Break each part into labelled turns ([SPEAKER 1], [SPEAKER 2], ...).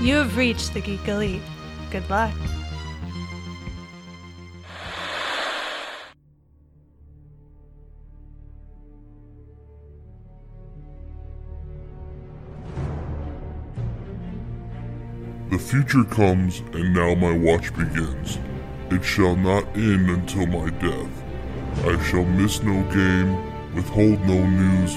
[SPEAKER 1] You have reached the Geek Elite. Good luck.
[SPEAKER 2] The future comes, and now my watch begins. It shall not end until my death. I shall miss no game, withhold no news,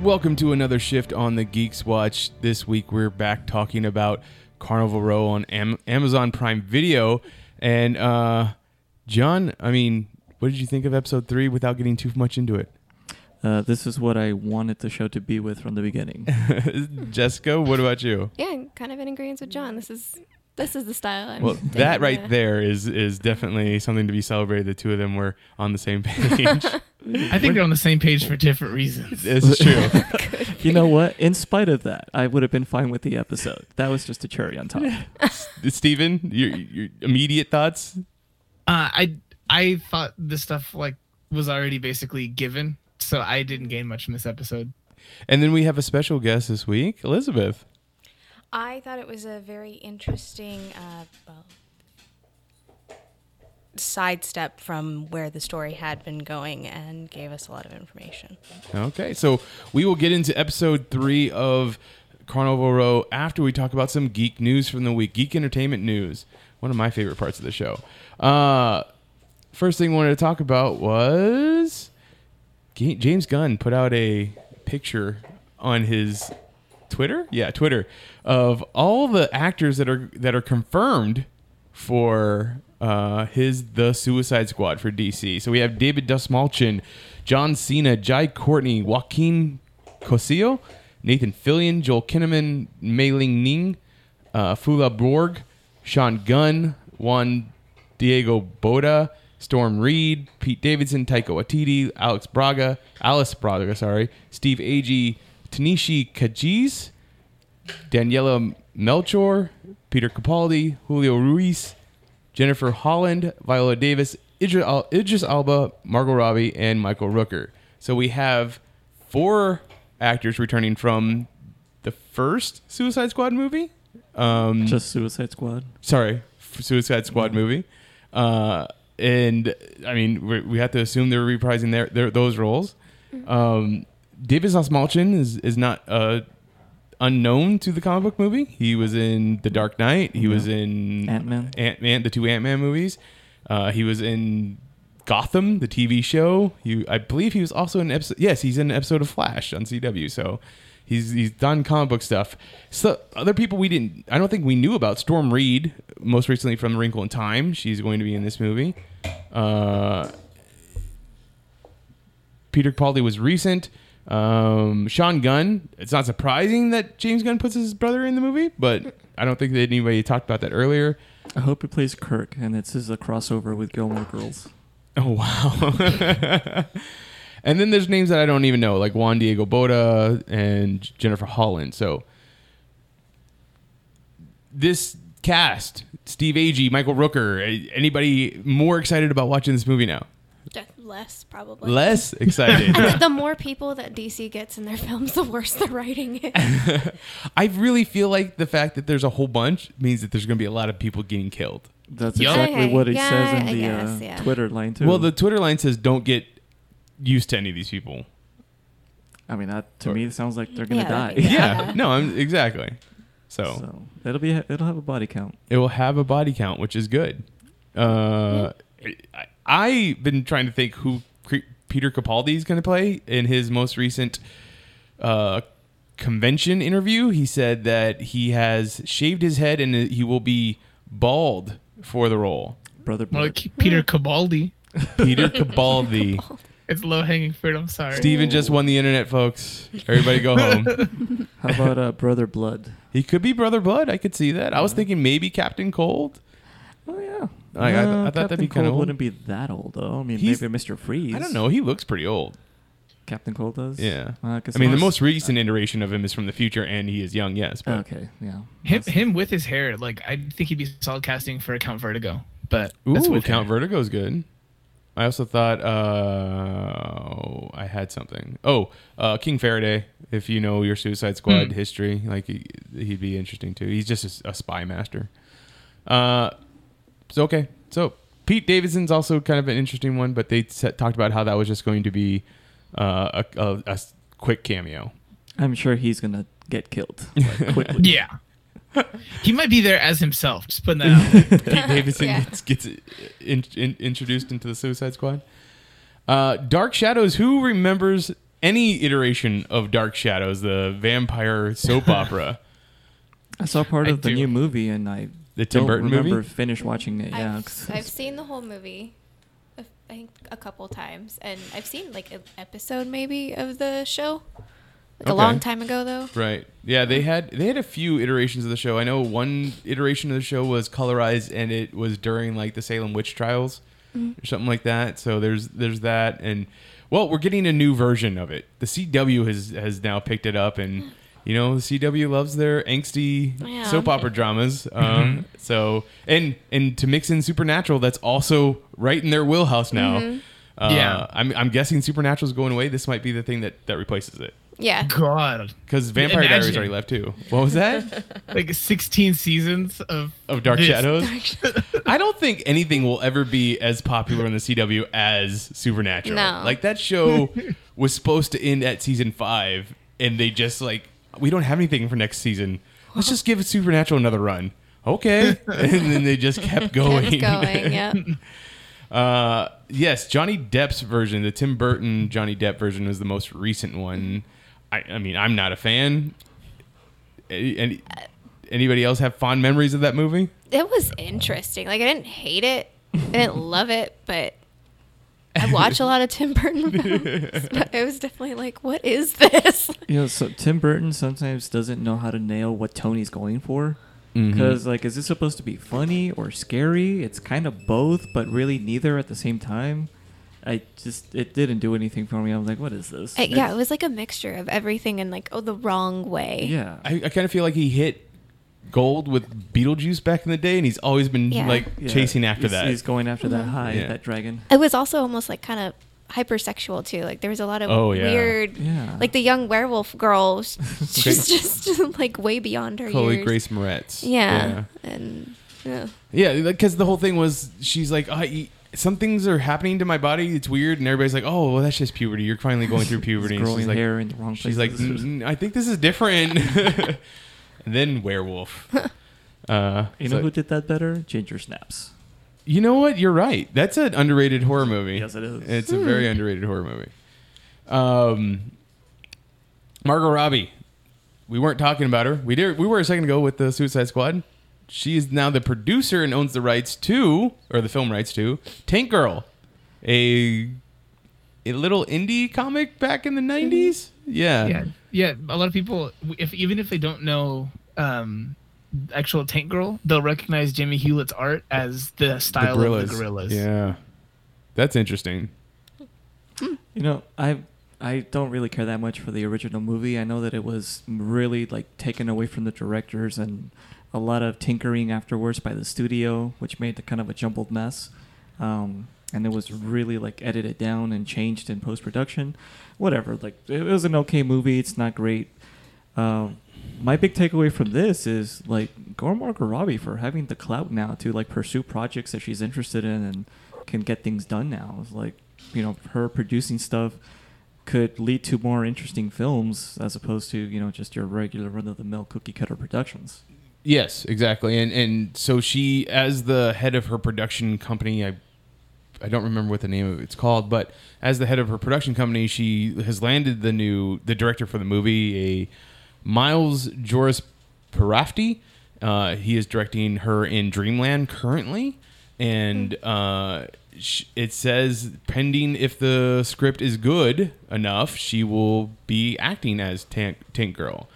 [SPEAKER 3] Welcome to another shift on the Geeks Watch. This week we're back talking about Carnival Row on Am- Amazon Prime Video. And uh, John, I mean, what did you think of episode three without getting too much into it?
[SPEAKER 4] Uh, this is what I wanted the show to be with from the beginning.
[SPEAKER 3] Jessica, what about you?
[SPEAKER 5] Yeah, I'm kind of in agreement with John. This is this is the style. I'm
[SPEAKER 3] Well,
[SPEAKER 5] taking,
[SPEAKER 3] that right
[SPEAKER 5] yeah.
[SPEAKER 3] there is is definitely something to be celebrated. The two of them were on the same page.
[SPEAKER 6] I think they're on the same page for different reasons.
[SPEAKER 3] it's true.
[SPEAKER 4] you know what? In spite of that, I would have been fine with the episode. That was just a cherry on top.
[SPEAKER 3] Steven, your, your immediate thoughts?
[SPEAKER 6] Uh, I I thought this stuff like was already basically given, so I didn't gain much from this episode.
[SPEAKER 3] And then we have a special guest this week, Elizabeth.
[SPEAKER 7] I thought it was a very interesting uh, well, sidestep from where the story had been going and gave us a lot of information.
[SPEAKER 3] Okay, so we will get into episode three of Carnival Row after we talk about some geek news from the week, geek entertainment news. One of my favorite parts of the show. Uh, first thing I wanted to talk about was Ga- James Gunn put out a picture on his Twitter, yeah, Twitter, of all the actors that are that are confirmed for uh, his The Suicide Squad for DC. So we have David Dustmalchin, John Cena, Jai Courtney, Joaquin Cosio, Nathan Fillion, Joel Kinnaman, Mei Ling Ning, uh, Fula Borg, Sean Gunn, Juan Diego Boda, Storm Reed, Pete Davidson, Taiko Atiti, Alex Braga, Alice Braga, sorry, Steve Agee, Tanishi Kajiz, Daniela Melchor, Peter Capaldi, Julio Ruiz, Jennifer Holland, Viola Davis, Idris, Al- Idris Alba, Margot Robbie, and Michael Rooker. So we have four actors returning from the first Suicide Squad movie. Um,
[SPEAKER 4] Just Suicide Squad.
[SPEAKER 3] sorry, f- Suicide Squad movie. Uh, and I mean, we, we have to assume they're reprising their, their those roles. Um, David Sosmalchin is is not uh, unknown to the comic book movie. He was in The Dark Knight. He was in
[SPEAKER 4] Ant-Man.
[SPEAKER 3] Ant Man, the two Ant Man movies. Uh, he was in Gotham, the TV show. He, I believe, he was also in episode. Yes, he's in an episode of Flash on CW. So he's he's done comic book stuff. So other people we didn't. I don't think we knew about Storm Reed. Most recently from Wrinkle in Time, she's going to be in this movie. Uh, Peter Capaldi was recent. Um, Sean Gunn. It's not surprising that James Gunn puts his brother in the movie, but I don't think that anybody talked about that earlier.
[SPEAKER 4] I hope he plays Kirk, and this is a crossover with Gilmore Girls.
[SPEAKER 3] Oh wow. and then there's names that I don't even know, like Juan Diego Boda and Jennifer Holland. So this cast, Steve Agee, Michael Rooker, a- anybody more excited about watching this movie now?
[SPEAKER 5] Yeah, less probably.
[SPEAKER 3] Less excited.
[SPEAKER 5] the more people that DC gets in their films, the worse the writing is.
[SPEAKER 3] I really feel like the fact that there's a whole bunch means that there's going to be a lot of people getting killed.
[SPEAKER 4] That's
[SPEAKER 6] Yup.
[SPEAKER 4] exactly
[SPEAKER 5] Okay,
[SPEAKER 4] what he
[SPEAKER 5] yeah,
[SPEAKER 4] says in
[SPEAKER 5] I
[SPEAKER 4] the
[SPEAKER 5] guess,
[SPEAKER 4] uh,
[SPEAKER 5] yeah.
[SPEAKER 4] Twitter line too.
[SPEAKER 3] Well, the Twitter line says don't get used to any of these people.
[SPEAKER 4] I mean, that to me it sounds like they're gonna
[SPEAKER 7] Yeah,
[SPEAKER 4] die.
[SPEAKER 7] that'd be
[SPEAKER 3] Yeah.
[SPEAKER 7] Yeah.
[SPEAKER 3] No, I'm exactly.
[SPEAKER 4] So it'll be it'll have a body count.
[SPEAKER 3] it will have a body count, which is good. Uh, I, I've been trying to think who Cre- Peter Capaldi is going to play in his most recent uh, convention interview. He said that he has shaved his head and he will be bald for the role.
[SPEAKER 4] Brother,
[SPEAKER 6] Well,
[SPEAKER 4] Bird.
[SPEAKER 6] K- Peter Cabaldi.
[SPEAKER 3] Peter Cabaldi.
[SPEAKER 6] It's low hanging fruit. I'm sorry.
[SPEAKER 3] Steven just won the internet, folks. Everybody go home.
[SPEAKER 4] How about uh, Brother Blood?
[SPEAKER 3] He could be Brother Blood. I could see that. I was thinking maybe Captain Cold.
[SPEAKER 4] Oh yeah.
[SPEAKER 3] I- I th- I thought that'd
[SPEAKER 4] Captain
[SPEAKER 3] be kinda
[SPEAKER 4] Cold
[SPEAKER 3] old.
[SPEAKER 4] wouldn't be that old though. I mean,
[SPEAKER 3] He's-
[SPEAKER 4] maybe Mr. Freeze.
[SPEAKER 3] I don't know. He looks pretty old.
[SPEAKER 4] Captain Cold does.
[SPEAKER 3] Yeah.
[SPEAKER 4] Uh, 'cause
[SPEAKER 3] I mean, the
[SPEAKER 4] he's-
[SPEAKER 3] most recent iteration of him is from the future, and he is young. Yes, but
[SPEAKER 4] Okay. Yeah.
[SPEAKER 6] him, him with his hair. Like I think he'd be solid casting for Count Vertigo, but that's
[SPEAKER 3] ooh,
[SPEAKER 6] with
[SPEAKER 3] Count
[SPEAKER 6] hair.
[SPEAKER 3] Vertigo's good. I also thought uh, I had something. Oh, uh, King Faraday. If you know your Suicide Squad history, like he, he'd be interesting too. He's just a s- a, spy master. Uh, so okay. So Pete Davidson's also kind of an interesting one, but they set, talked about how that was just going to be uh, a, a- a s- quick cameo.
[SPEAKER 4] I'm sure he's gonna get killed like, quickly.
[SPEAKER 6] Yeah. he might be there as himself. Just putting that out. there.
[SPEAKER 3] Pete Davidson
[SPEAKER 5] Yeah.
[SPEAKER 3] gets, gets in, in, introduced into the Suicide Squad. Uh, Dark Shadows. Who remembers any iteration of Dark Shadows, the vampire soap opera?
[SPEAKER 4] I saw part
[SPEAKER 6] I
[SPEAKER 4] of the
[SPEAKER 6] do.
[SPEAKER 4] new movie and I
[SPEAKER 3] The Tim
[SPEAKER 4] don't
[SPEAKER 3] Burton
[SPEAKER 4] remember
[SPEAKER 3] movie?
[SPEAKER 4] finish watching it. Yeah.
[SPEAKER 5] I've, I've seen the whole movie, a- I think a couple times, and I've seen like an episode maybe of the show, like
[SPEAKER 3] Okay.
[SPEAKER 5] a long time ago though.
[SPEAKER 3] Right. Yeah, they had they had a few iterations of the show. I know one iteration of the show was colorized, and it was during like the Salem witch trials or something like that. So there's there's that, and well, we're getting a new version of it. The CW has has now picked it up, and you know the CW loves their angsty
[SPEAKER 5] Yeah.
[SPEAKER 3] soap opera dramas. Um, So and and to mix in Supernatural, that's also right in their wheelhouse now. Uh,
[SPEAKER 6] Yeah.
[SPEAKER 3] I'm, I'm guessing Supernatural's going away. This might be the thing that, that replaces it.
[SPEAKER 5] Yeah,
[SPEAKER 6] God,
[SPEAKER 3] Because Vampire
[SPEAKER 6] Imagine.
[SPEAKER 3] Diaries already left too. What was that?
[SPEAKER 6] like 16 seasons of
[SPEAKER 3] of Dark
[SPEAKER 6] this.
[SPEAKER 3] Shadows. I don't think anything will ever be as popular in the CW as Supernatural.
[SPEAKER 5] No.
[SPEAKER 3] Like that show was supposed to end at season five, and they just like we don't have anything for next season. Let's just give Supernatural another run. Okay, and then they just kept going.
[SPEAKER 5] kept going. Yeah,
[SPEAKER 3] Uh, yes, Johnny Depp's version, the Tim Burton Johnny Depp version, was the most recent one. I, I mean, I'm not a fan. Any, any- anybody else have fond memories of that movie?
[SPEAKER 5] it was interesting. Like I didn't hate it, I didn't love it, but I watch a lot of Tim Burton films. But I was definitely like, what is this?
[SPEAKER 4] You know, so Tim Burton sometimes doesn't know how to nail what Tony's going for.
[SPEAKER 3] Mm-hmm.
[SPEAKER 4] Because, like, is this supposed to be funny or scary? It's kind of both, but really neither at the same time. I just, it didn't do anything for me. I was like, what is this?
[SPEAKER 5] Uh, yeah, it was like a mixture of everything and like, oh, the wrong way.
[SPEAKER 4] Yeah.
[SPEAKER 3] I, I kind of feel like he hit gold with Beetlejuice back in the day, and he's always been
[SPEAKER 5] Yeah.
[SPEAKER 3] like
[SPEAKER 4] Yeah.
[SPEAKER 3] chasing after
[SPEAKER 4] He's-
[SPEAKER 3] that.
[SPEAKER 4] He's going after
[SPEAKER 5] Mm-hmm.
[SPEAKER 4] that high,
[SPEAKER 3] Yeah.
[SPEAKER 4] that dragon.
[SPEAKER 5] It was also almost like kind of hypersexual too. Like there was a lot of
[SPEAKER 3] Oh, yeah.
[SPEAKER 5] weird,
[SPEAKER 4] Yeah.
[SPEAKER 5] like the young werewolf girl. She's just like way beyond her
[SPEAKER 3] Chloe
[SPEAKER 5] years.
[SPEAKER 3] Grace Moretz.
[SPEAKER 5] Yeah. and yeah.
[SPEAKER 3] Yeah, because the whole thing was she's like, I eat, some things are happening to my body. It's weird, and everybody's like, "Oh, well, that's just puberty. You're finally going through puberty." And
[SPEAKER 4] growing
[SPEAKER 3] she's like,
[SPEAKER 4] hair in the wrong
[SPEAKER 3] She's like,
[SPEAKER 4] places.
[SPEAKER 3] "Mm, I think this is different. and then werewolf. Uh,
[SPEAKER 4] You
[SPEAKER 3] so-
[SPEAKER 4] know who did that better? Ginger Snaps.
[SPEAKER 3] you know what? You're right. That's an underrated horror movie.
[SPEAKER 4] Yes, it is.
[SPEAKER 3] It's a very underrated horror movie. Um, Margot Robbie. We weren't talking about her. We did. We were a second ago with the Suicide Squad. She is now the producer and owns the rights to, or the film rights to, Tank Girl, a a little indie comic back in the
[SPEAKER 4] Mm-hmm.
[SPEAKER 3] '90s. Yeah.
[SPEAKER 6] Yeah, yeah. A lot of people, if even if they don't know um, actual Tank Girl, they'll recognize Jimmy Hewlett's art as the style of the Gorillas.
[SPEAKER 3] Yeah. That's interesting.
[SPEAKER 4] You know, I I don't really care that much for the original movie. I know that it was really like taken away from the directors and a lot of tinkering afterwards by the studio, which made the kind of a jumbled mess. Um, and it was really like edited down and changed in post production. Whatever, like it was an okay movie. It's not great. Um, my big takeaway from this is like go Margot Robbie for having the clout now to like pursue projects that she's interested in and can get things done now. It's like you know her producing stuff could lead to more interesting films as opposed to you know just your regular run of the mill cookie cutter productions.
[SPEAKER 3] Yes, exactly. And and so she, as the head of her production company, I I don't remember what the name of it's called, but as the head of her production company, she has landed the new the director for the movie, a Miles Joris Parafti. Uh, he is directing her in Dreamland currently, and uh, sh- it says pending if the script is good enough, she will be acting as Tank, Tank Girl.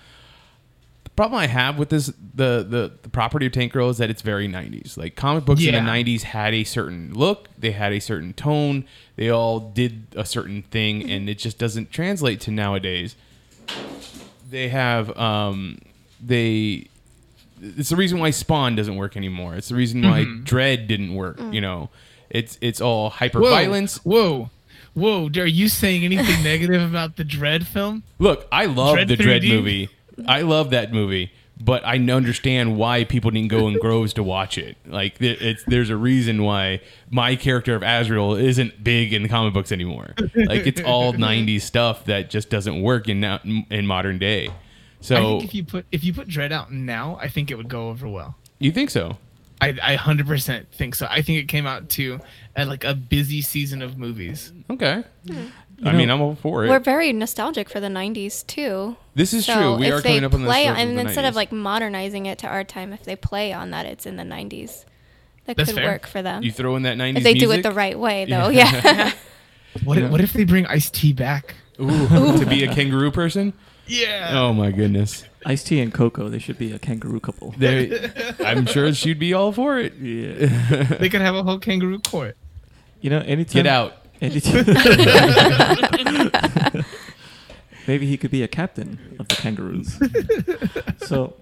[SPEAKER 3] The problem I have with this the, the the property of Tank Girl is that it's very 90s. Like comic books
[SPEAKER 6] Yeah.
[SPEAKER 3] in the 90s had a certain look, they had a certain tone, they all did a certain
[SPEAKER 6] Mm-hmm.
[SPEAKER 3] thing, and it just doesn't translate to nowadays. They have um they it's the reason why Spawn doesn't work anymore. It's the reason why
[SPEAKER 6] Mm-hmm.
[SPEAKER 3] Dread didn't work. You know, it's it's all hyper
[SPEAKER 6] Mm. Whoa,
[SPEAKER 3] violence.
[SPEAKER 6] Whoa, whoa! Are you saying anything negative about the Dread film?
[SPEAKER 3] Look, I love
[SPEAKER 6] Dread
[SPEAKER 3] the Dread
[SPEAKER 6] 3D?
[SPEAKER 3] movie. I love that movie, but I understand why people didn't go in groves to watch it. Like th- it's there's a reason why my character of Azrael isn't big in the comic books anymore. Like it's all '90s stuff that just doesn't work in now, in modern day. So
[SPEAKER 6] I think if you put if you put Dread out now, I think it would go over well.
[SPEAKER 3] you think so?
[SPEAKER 6] I I hundred percent think so. I think it came out to at like a busy season of movies.
[SPEAKER 3] Okay. I mean, I'm all for it.
[SPEAKER 5] We're very nostalgic for the 90s too.
[SPEAKER 3] This is
[SPEAKER 5] so
[SPEAKER 3] true. We
[SPEAKER 5] if
[SPEAKER 3] are
[SPEAKER 5] they
[SPEAKER 3] coming up on the
[SPEAKER 5] play
[SPEAKER 3] nostalgia of
[SPEAKER 5] and
[SPEAKER 3] the
[SPEAKER 5] instead
[SPEAKER 3] 90s.
[SPEAKER 5] of like modernizing it to our time, if they play on that, it's in the 90s. That
[SPEAKER 6] That's
[SPEAKER 5] could
[SPEAKER 6] fair.
[SPEAKER 5] work for them.
[SPEAKER 3] You throw in that 90s
[SPEAKER 5] if they do it
[SPEAKER 3] music?
[SPEAKER 5] the right way, though, yeah.
[SPEAKER 6] What if, what if they bring Ice T back?
[SPEAKER 3] Ooh, to be a kangaroo person?
[SPEAKER 6] Yeah.
[SPEAKER 3] Oh my goodness.
[SPEAKER 4] Ice T and Coco, they should be a kangaroo couple.
[SPEAKER 3] They, I'm sure she'd be all for it.
[SPEAKER 4] Yeah.
[SPEAKER 6] They could have a whole kangaroo court.
[SPEAKER 4] You know, anytime.
[SPEAKER 3] Get out.
[SPEAKER 4] anytime- Maybe he could be a captain of the kangaroos. so,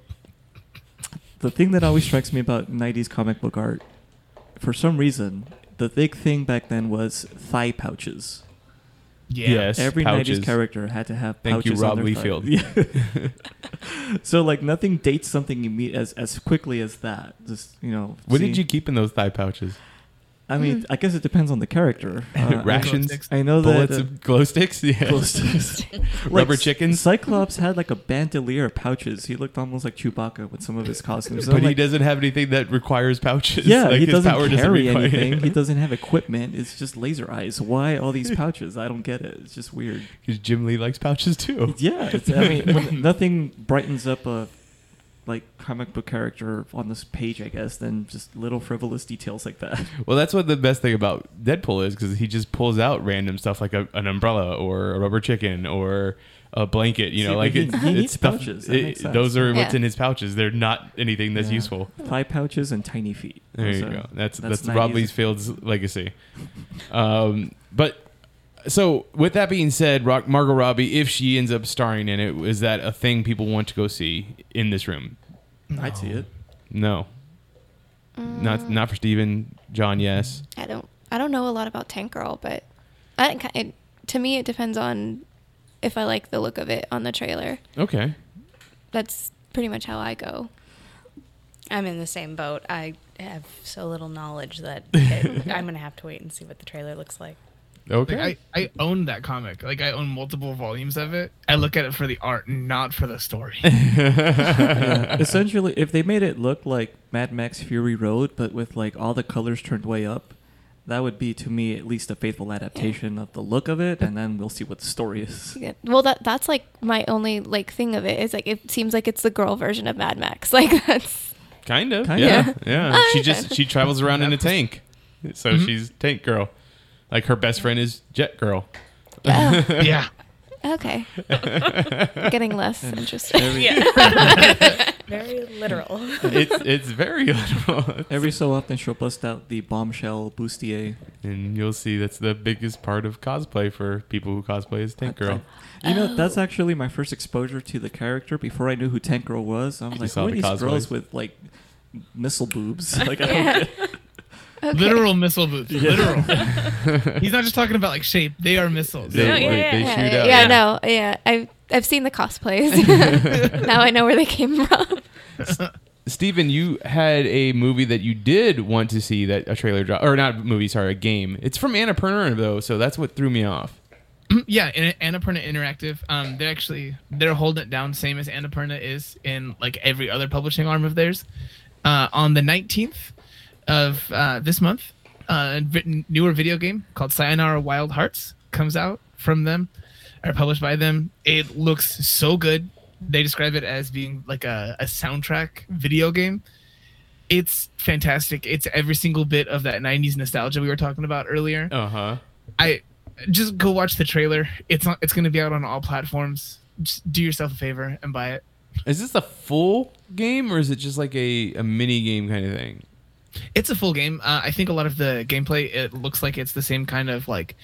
[SPEAKER 4] the thing that always strikes me about 90s comic book art, for some reason, the big thing back then was thigh pouches.
[SPEAKER 6] Yeah.
[SPEAKER 3] Yes.
[SPEAKER 4] Every
[SPEAKER 3] pouches.
[SPEAKER 4] 90s character had to have
[SPEAKER 3] Thank you,
[SPEAKER 4] pouches
[SPEAKER 3] Rob
[SPEAKER 4] on their thigh.
[SPEAKER 3] Liefeld.
[SPEAKER 4] Yeah. so like nothing dates something imme- as as quickly as that. Just you know.
[SPEAKER 3] What
[SPEAKER 4] seeing-
[SPEAKER 3] did you keep in those thigh pouches?
[SPEAKER 4] I mean, I guess it depends on the character. Uh,
[SPEAKER 3] Rations,
[SPEAKER 6] sticks.
[SPEAKER 4] I know that.
[SPEAKER 3] bullets,
[SPEAKER 4] Uh,
[SPEAKER 3] of glow sticks. Yeah.
[SPEAKER 4] Like,
[SPEAKER 3] Rubber
[SPEAKER 4] C-
[SPEAKER 3] chickens?
[SPEAKER 4] Cyclops had like a bandolier of pouches. He looked almost like Chewbacca with some of his costumes. So,
[SPEAKER 3] but he
[SPEAKER 4] like,
[SPEAKER 3] doesn't have anything that requires pouches.
[SPEAKER 4] Yeah,
[SPEAKER 3] Like,
[SPEAKER 4] he
[SPEAKER 3] his
[SPEAKER 4] doesn't
[SPEAKER 3] power doesn't
[SPEAKER 4] carry
[SPEAKER 3] require-
[SPEAKER 4] anything. he doesn't have equipment. It's just laser eyes. Why all these pouches? I don't get it. It's just weird.
[SPEAKER 3] 'Cause Jim Lee likes pouches too.
[SPEAKER 4] Yeah, it's, I mean, when nothing brightens up a like comic book character on this page, I guess, than just little frivolous details like that.
[SPEAKER 3] Well, that's what the best thing about Deadpool is because he just pulls out random stuff like a, an umbrella or a rubber chicken or a blanket. You know,
[SPEAKER 4] See,
[SPEAKER 3] like
[SPEAKER 4] he-
[SPEAKER 3] it's,
[SPEAKER 4] he
[SPEAKER 3] it's
[SPEAKER 4] needs
[SPEAKER 3] stuff-
[SPEAKER 4] pouches. That
[SPEAKER 3] it-
[SPEAKER 4] makes sense.
[SPEAKER 3] those are what's
[SPEAKER 5] Yeah.
[SPEAKER 3] in his pouches. They're not anything that's
[SPEAKER 4] Yeah.
[SPEAKER 3] useful.
[SPEAKER 4] Thigh pouches and tiny feet.
[SPEAKER 3] There you
[SPEAKER 4] So
[SPEAKER 3] go. That's that's, Rob
[SPEAKER 4] 90s.
[SPEAKER 3] Liefield's legacy. Um, but so with that being said, Rock, Margot Robbie, if she ends up starring in it, is that a thing people want to go see in this room?
[SPEAKER 4] I'd see it.
[SPEAKER 3] No. Not not for Steven, John, yes.
[SPEAKER 5] I don't. I don't know a lot about Tank Girl, but I, it, to me, it depends on if I like the look of it on the trailer.
[SPEAKER 3] Okay.
[SPEAKER 5] That's pretty much how I go.
[SPEAKER 7] I'm in the same boat. I have so little knowledge that it, I'm going to have to wait and see what the trailer looks like.
[SPEAKER 3] Okay.
[SPEAKER 6] Like I, I own that comic. Like I own multiple volumes of it. I look at it for the art, not for the story.
[SPEAKER 4] Yeah. Essentially, if they made it look like Mad Max Fury Road, but with like all the colors turned way up, that would be to me at least a faithful adaptation of the look of it, and then we'll see what the story is.
[SPEAKER 5] Yeah. Well, that that's like my only like thing of it is like it seems like it's the girl version of Mad Max. Like that's
[SPEAKER 3] Kind of.
[SPEAKER 4] Kinda.
[SPEAKER 3] Yeah. Yeah.
[SPEAKER 5] I
[SPEAKER 3] She just
[SPEAKER 5] bet.
[SPEAKER 3] she travels around in a tank. So she's tank girl. Like her best friend is Jet Girl.
[SPEAKER 5] oh,
[SPEAKER 6] yeah.
[SPEAKER 5] okay. Getting less interested.
[SPEAKER 4] Every,
[SPEAKER 7] Very literal.
[SPEAKER 3] It's it's very literal.
[SPEAKER 4] every so often, she'll bust out the bombshell bustier.
[SPEAKER 3] and you'll see that's the biggest part of cosplay for people who cosplay as Tank Girl.
[SPEAKER 4] You know, that's actually my first exposure to the character. Before I knew who Tank Girl was, I was like,
[SPEAKER 3] saw
[SPEAKER 4] who are
[SPEAKER 3] the
[SPEAKER 4] these
[SPEAKER 3] cosplays.
[SPEAKER 4] girls with like missile boobs? Like, I don't get it.
[SPEAKER 5] Okay.
[SPEAKER 6] Literal missile boots. Literal. He's not just talking about like shape. They are missiles.
[SPEAKER 3] They,
[SPEAKER 7] Yeah,
[SPEAKER 3] they-
[SPEAKER 7] yeah,
[SPEAKER 3] they
[SPEAKER 5] Oh, Yeah,
[SPEAKER 3] shoot
[SPEAKER 5] yeah,
[SPEAKER 3] out.
[SPEAKER 5] yeah, no, yeah. I've I've seen the cosplays. now I know where they came from.
[SPEAKER 3] Steven, you had a movie that you did want to see that a trailer drop or not movie, sorry, a game. It's from Annapurna though, so that's what threw me off.
[SPEAKER 6] yeah, and Annapurna Interactive, um, they're actually they're holding it down, same as Annapurna is in like every other publishing arm of theirs. Uh, on the nineteenth of uh, this month, uh, a vi- newer video game called Sayonara Wild Hearts comes out from them, or published by them. It looks so good. They describe it as being like a, a soundtrack video game. it's fantastic. It's every single bit of that '90s nostalgia we were talking about earlier.
[SPEAKER 3] Uh huh.
[SPEAKER 6] I just go watch the trailer. It's on, it's going to be out on all platforms. Just do yourself a favor and buy it.
[SPEAKER 3] Is this a full game or is it just like a, a mini game kind of thing?
[SPEAKER 6] It's a full game. Uh, I think a lot of the gameplay it looks like it's the same kind of like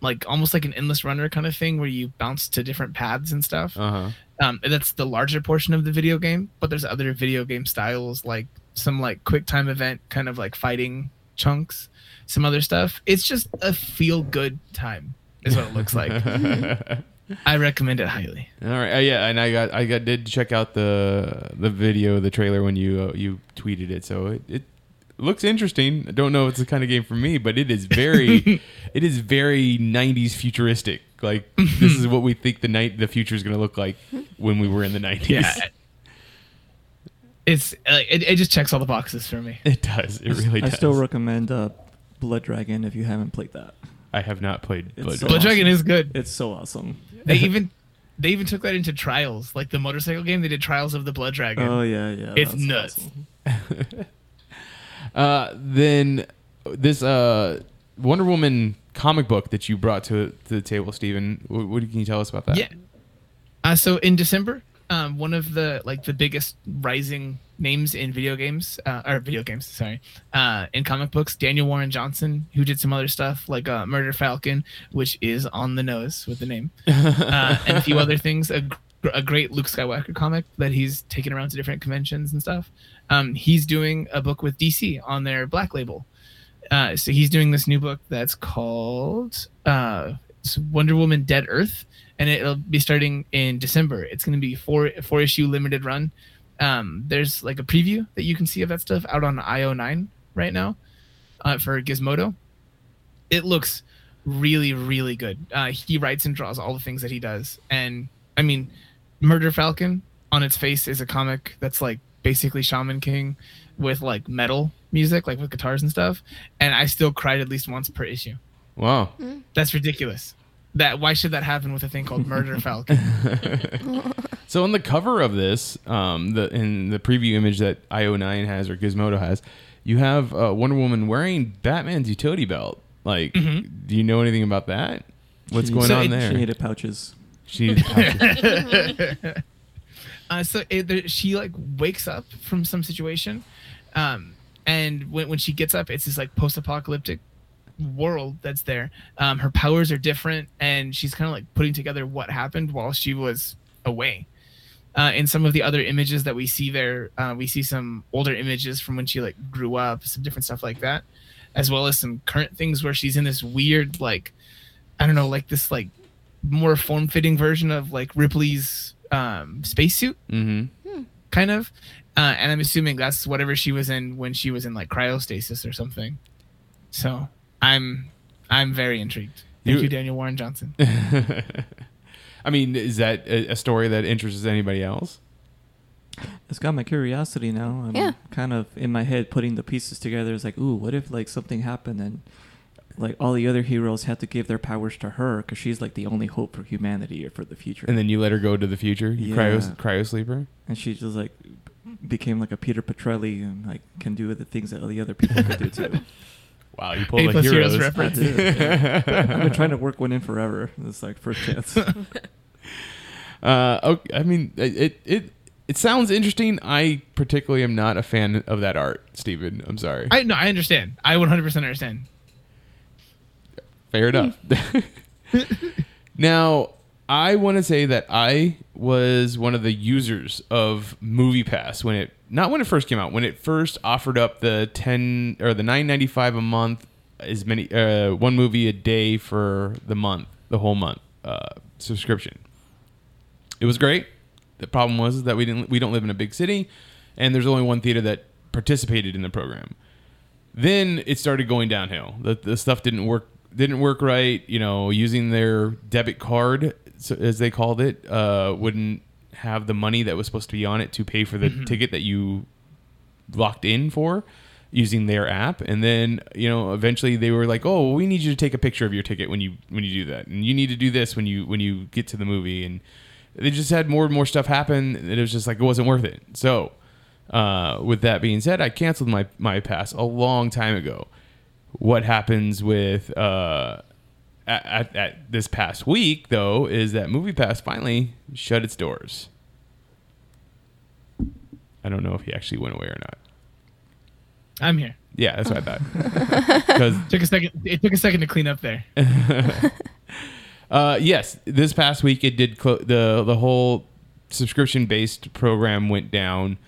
[SPEAKER 6] like almost like an endless runner kind of thing where you bounce to different paths and stuff.
[SPEAKER 3] Uh huh.
[SPEAKER 6] Um, that's the larger portion of the video game, but there's other video game styles like some like quick time event kind of like fighting chunks, some other stuff. It's just a feel good time is what it looks like.
[SPEAKER 3] Uh-huh.
[SPEAKER 6] I recommend it highly.
[SPEAKER 3] All right. Uh, yeah, and I got I got did check out the the video, the trailer when you uh, you tweeted it. So it, it looks interesting. I don't know if it's the kind of game for me, but it is very it is very 90s futuristic. Like this is what we think the night the future is going to look like when we were in the 90s.
[SPEAKER 6] Yeah. It's uh, it, it just checks all the boxes for me.
[SPEAKER 3] It does. It really
[SPEAKER 4] I
[SPEAKER 3] does.
[SPEAKER 4] still recommend uh, Blood Dragon if you haven't played that.
[SPEAKER 3] I have not played
[SPEAKER 4] It's
[SPEAKER 3] Blood
[SPEAKER 4] so
[SPEAKER 3] Dragon.
[SPEAKER 6] Blood Dragon is good.
[SPEAKER 4] It's so awesome.
[SPEAKER 6] They even they even took that into trials, like the motorcycle game. They did trials of the Blood Dragon.
[SPEAKER 4] Oh yeah, yeah.
[SPEAKER 6] It's
[SPEAKER 4] that's
[SPEAKER 6] nuts.
[SPEAKER 4] awesome.
[SPEAKER 3] Uh, then this uh, Wonder Woman comic book that you brought to, to the table, Stephen. What, what can you tell us about that?
[SPEAKER 6] Yeah. Uh, so in December, um, one of the like the biggest rising names in video games uh, or video games, sorry, uh, in comic books, Daniel Warren Johnson, who did some other stuff like uh, Murder Falcon, which is on the nose with the name, uh, and a few other things. A, gr- a great Luke Skywalker comic that he's taken around to different conventions and stuff. Um, he's doing a book with DC on their Black Label. Uh, so he's doing this new book that's called uh, it's Wonder Woman Dead Earth, and it'll be starting in December. It's going to be four four issue limited run. Um, there's like a preview that you can see of that stuff out on IO9 right now uh, for Gizmodo. It looks really really good. Uh, he writes and draws all the things that he does, and I mean, Murder Falcon on its face is a comic that's like basically Shaman King with like metal music, like with guitars and stuff. And I still cried at least once per issue.
[SPEAKER 3] Wow.
[SPEAKER 6] That's ridiculous. That why should that happen with a thing called Murder Falcon?
[SPEAKER 3] So on the cover of this, um, the in the preview image that IO9 has or Gizmodo has, you have uh, Wonder Woman wearing Batman's utility belt. Like,
[SPEAKER 6] Mm-hmm.
[SPEAKER 3] do you know anything about that? What's
[SPEAKER 4] She-
[SPEAKER 3] going
[SPEAKER 6] So
[SPEAKER 3] on
[SPEAKER 6] it-
[SPEAKER 4] She
[SPEAKER 3] there?
[SPEAKER 4] needed pouches.
[SPEAKER 3] She needs pouches.
[SPEAKER 6] Uh, so it, there, she like wakes up from some situation, um, and when when she gets up, it's this like post-apocalyptic world that's there. Um, her powers are different, and she's kind of like putting together what happened while she was away. Uh, in some of the other images that we see there, uh, we see some older images from when she like grew up, some different stuff like that, as well as some current things where she's in this weird like, I don't know, like this like more form-fitting version of like Ripley's um, spacesuit
[SPEAKER 3] hmm
[SPEAKER 6] kind of. Uh, and I'm assuming that's whatever she was in when she was in like cryostasis or something. So I'm I'm very intrigued. Thank
[SPEAKER 3] You-
[SPEAKER 6] you, Daniel Warren Johnson.
[SPEAKER 3] I mean, is that a, a story that interests anybody else?
[SPEAKER 4] It's got my curiosity now. I'm
[SPEAKER 5] Yeah.
[SPEAKER 4] kind of in my head putting the pieces together. It's like, ooh, what if like something happened and like all the other heroes had to give their powers to her because she's like the only hope for humanity or for the future.
[SPEAKER 3] And then you let her go to the future. You cryo
[SPEAKER 4] Yeah.
[SPEAKER 3] cryo sleeper.
[SPEAKER 4] and she just like became like a Peter Petrelli and like can do the things that all the other people could do too.
[SPEAKER 3] Wow, you
[SPEAKER 6] A
[SPEAKER 3] pulled like
[SPEAKER 6] plus heroes
[SPEAKER 3] heroes.
[SPEAKER 4] I
[SPEAKER 6] reference.
[SPEAKER 4] did, yeah. I've been trying to work one in forever. It's like first chance.
[SPEAKER 3] Uh, okay, I mean, it, it it it sounds interesting. I particularly am not a fan of that art, Stephen. I'm sorry.
[SPEAKER 6] I no, I understand. I 100% understand.
[SPEAKER 3] Fair enough. now, I want to say that I was one of the users of MoviePass when it not when it first came out, when it first offered up the 10 or the 9.95 a month as many uh, one movie a day for the month, the whole month uh, subscription. It was great. The problem was that we didn't we don't live in a big city and there's only one theater that participated in the program then it started going downhill. The, the stuff didn't work didn't work right. You know, using their debit card so- as they called it uh, wouldn't have the money that was supposed to be on it to pay for the ticket that you locked in for using their app and then you know eventually they were like oh we need you to take a picture of your ticket when you when you do that and you need to do this when you when you get to the movie and they just had more and more stuff happen and it was just like it wasn't worth it so Uh, with that being said, I canceled my my pass a long time ago. What happens with uh, at, at, at this past week though is that MoviePass finally shut its doors. I don't know if he actually went away or not.
[SPEAKER 6] I'm here.
[SPEAKER 3] Yeah, that's what I thought. Because
[SPEAKER 6] Took a second. It took a second to clean up there.
[SPEAKER 3] Uh, yes, this past week it did. Clo- the The whole subscription based program went down.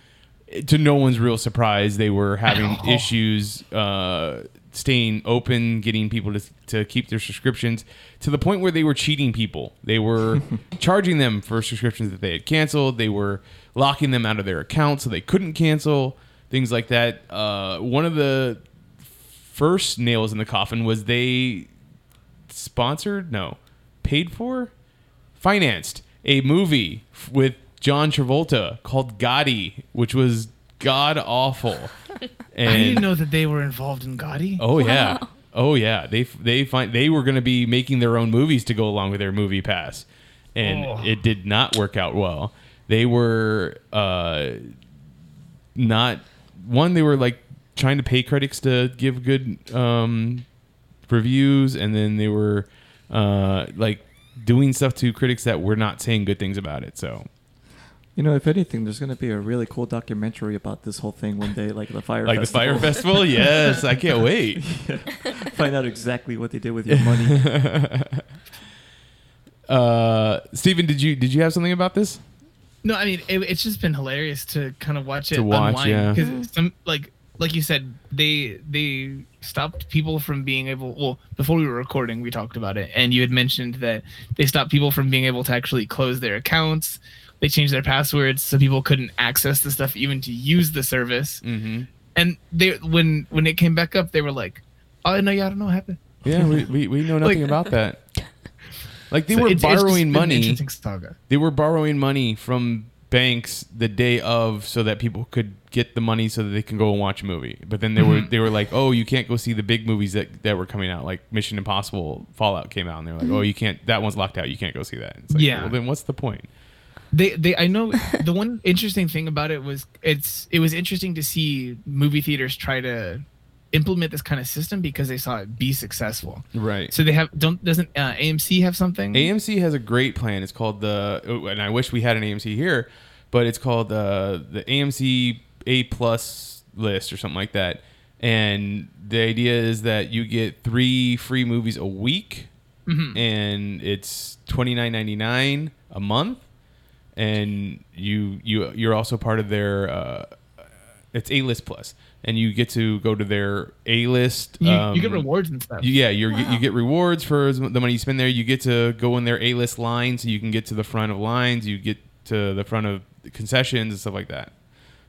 [SPEAKER 3] To no one's real surprise, they were having
[SPEAKER 6] all.
[SPEAKER 3] issues uh, staying open, getting people to to keep their subscriptions. To the point where they were cheating people. They were charging them for subscriptions that they had canceled. They were locking them out of their account so they couldn't cancel things like that. Uh, one of the first nails in the coffin was they sponsored, no, paid for, financed a movie f- with John Travolta called Gotti, which was god awful.
[SPEAKER 6] I didn't
[SPEAKER 3] And
[SPEAKER 6] know that they were involved in Gotti.
[SPEAKER 3] oh yeah, oh yeah, they f- they find they were going to be making their own movies to go along with their movie pass, and
[SPEAKER 6] Oh.
[SPEAKER 3] it did not work out well. They were uh, not one. They were like trying to pay critics to give good um, reviews and then they were uh, like doing stuff to critics that were not saying good things about it so
[SPEAKER 4] You know, if anything, there's gonna be a really cool documentary about this whole thing one day, like the fire.
[SPEAKER 3] like
[SPEAKER 4] festival.
[SPEAKER 3] the fire festival yes i can't wait
[SPEAKER 4] Find out exactly what they did with your money.
[SPEAKER 3] uh steven did you did you have something about this
[SPEAKER 6] No, I mean it, it's just been hilarious to kind of watch it
[SPEAKER 3] To watch,
[SPEAKER 6] unwind
[SPEAKER 3] yeah.
[SPEAKER 6] because some like like you said they they stopped people from being able well before we were recording we talked about it and you had mentioned that they stopped people from being able to actually close their accounts they changed their passwords so people couldn't access the stuff even to use the service
[SPEAKER 3] mm-hmm.
[SPEAKER 6] and they when when it came back up they were like oh no yeah I don't know what happened
[SPEAKER 3] yeah we, we, we know nothing
[SPEAKER 6] Like-
[SPEAKER 3] about that like they
[SPEAKER 6] So
[SPEAKER 3] were
[SPEAKER 6] it's- it's just been
[SPEAKER 3] borrowing
[SPEAKER 6] an
[SPEAKER 3] money
[SPEAKER 6] interesting saga
[SPEAKER 3] they were borrowing money from banks the day of so that people could get the money so that they can go and watch a movie but then they were
[SPEAKER 6] Mm-hmm.
[SPEAKER 3] they were like oh you can't go see the big movies that, that were coming out like mission impossible fallout came out and they're like oh you can't that one's locked out you can't go see that it's like,
[SPEAKER 6] Mm-hmm. Yeah.
[SPEAKER 3] well then what's the point
[SPEAKER 6] they they i know the one interesting thing about it was it's it was interesting to see movie theaters try to implement this kind of system because they saw it be successful
[SPEAKER 3] right
[SPEAKER 6] so they have don't doesn't uh, amc have something
[SPEAKER 3] AMC has a great plan. It's called the, oh, and I wish we had an AMC here, but it's called uh, the AMC A plus list or something like that. And the idea is that you get three free movies a week,
[SPEAKER 6] Mm-hmm.
[SPEAKER 3] and it's twenty nine ninety nine a month, and you you you're also part of their. Uh, it's A list plus, and you get to go to their A list.
[SPEAKER 6] you, you get rewards and stuff
[SPEAKER 3] um, You- yeah, you you get rewards for as- the money you spend there. You get to go in their A list line, so you can get to the front of lines. You get to the front of concessions and stuff like that.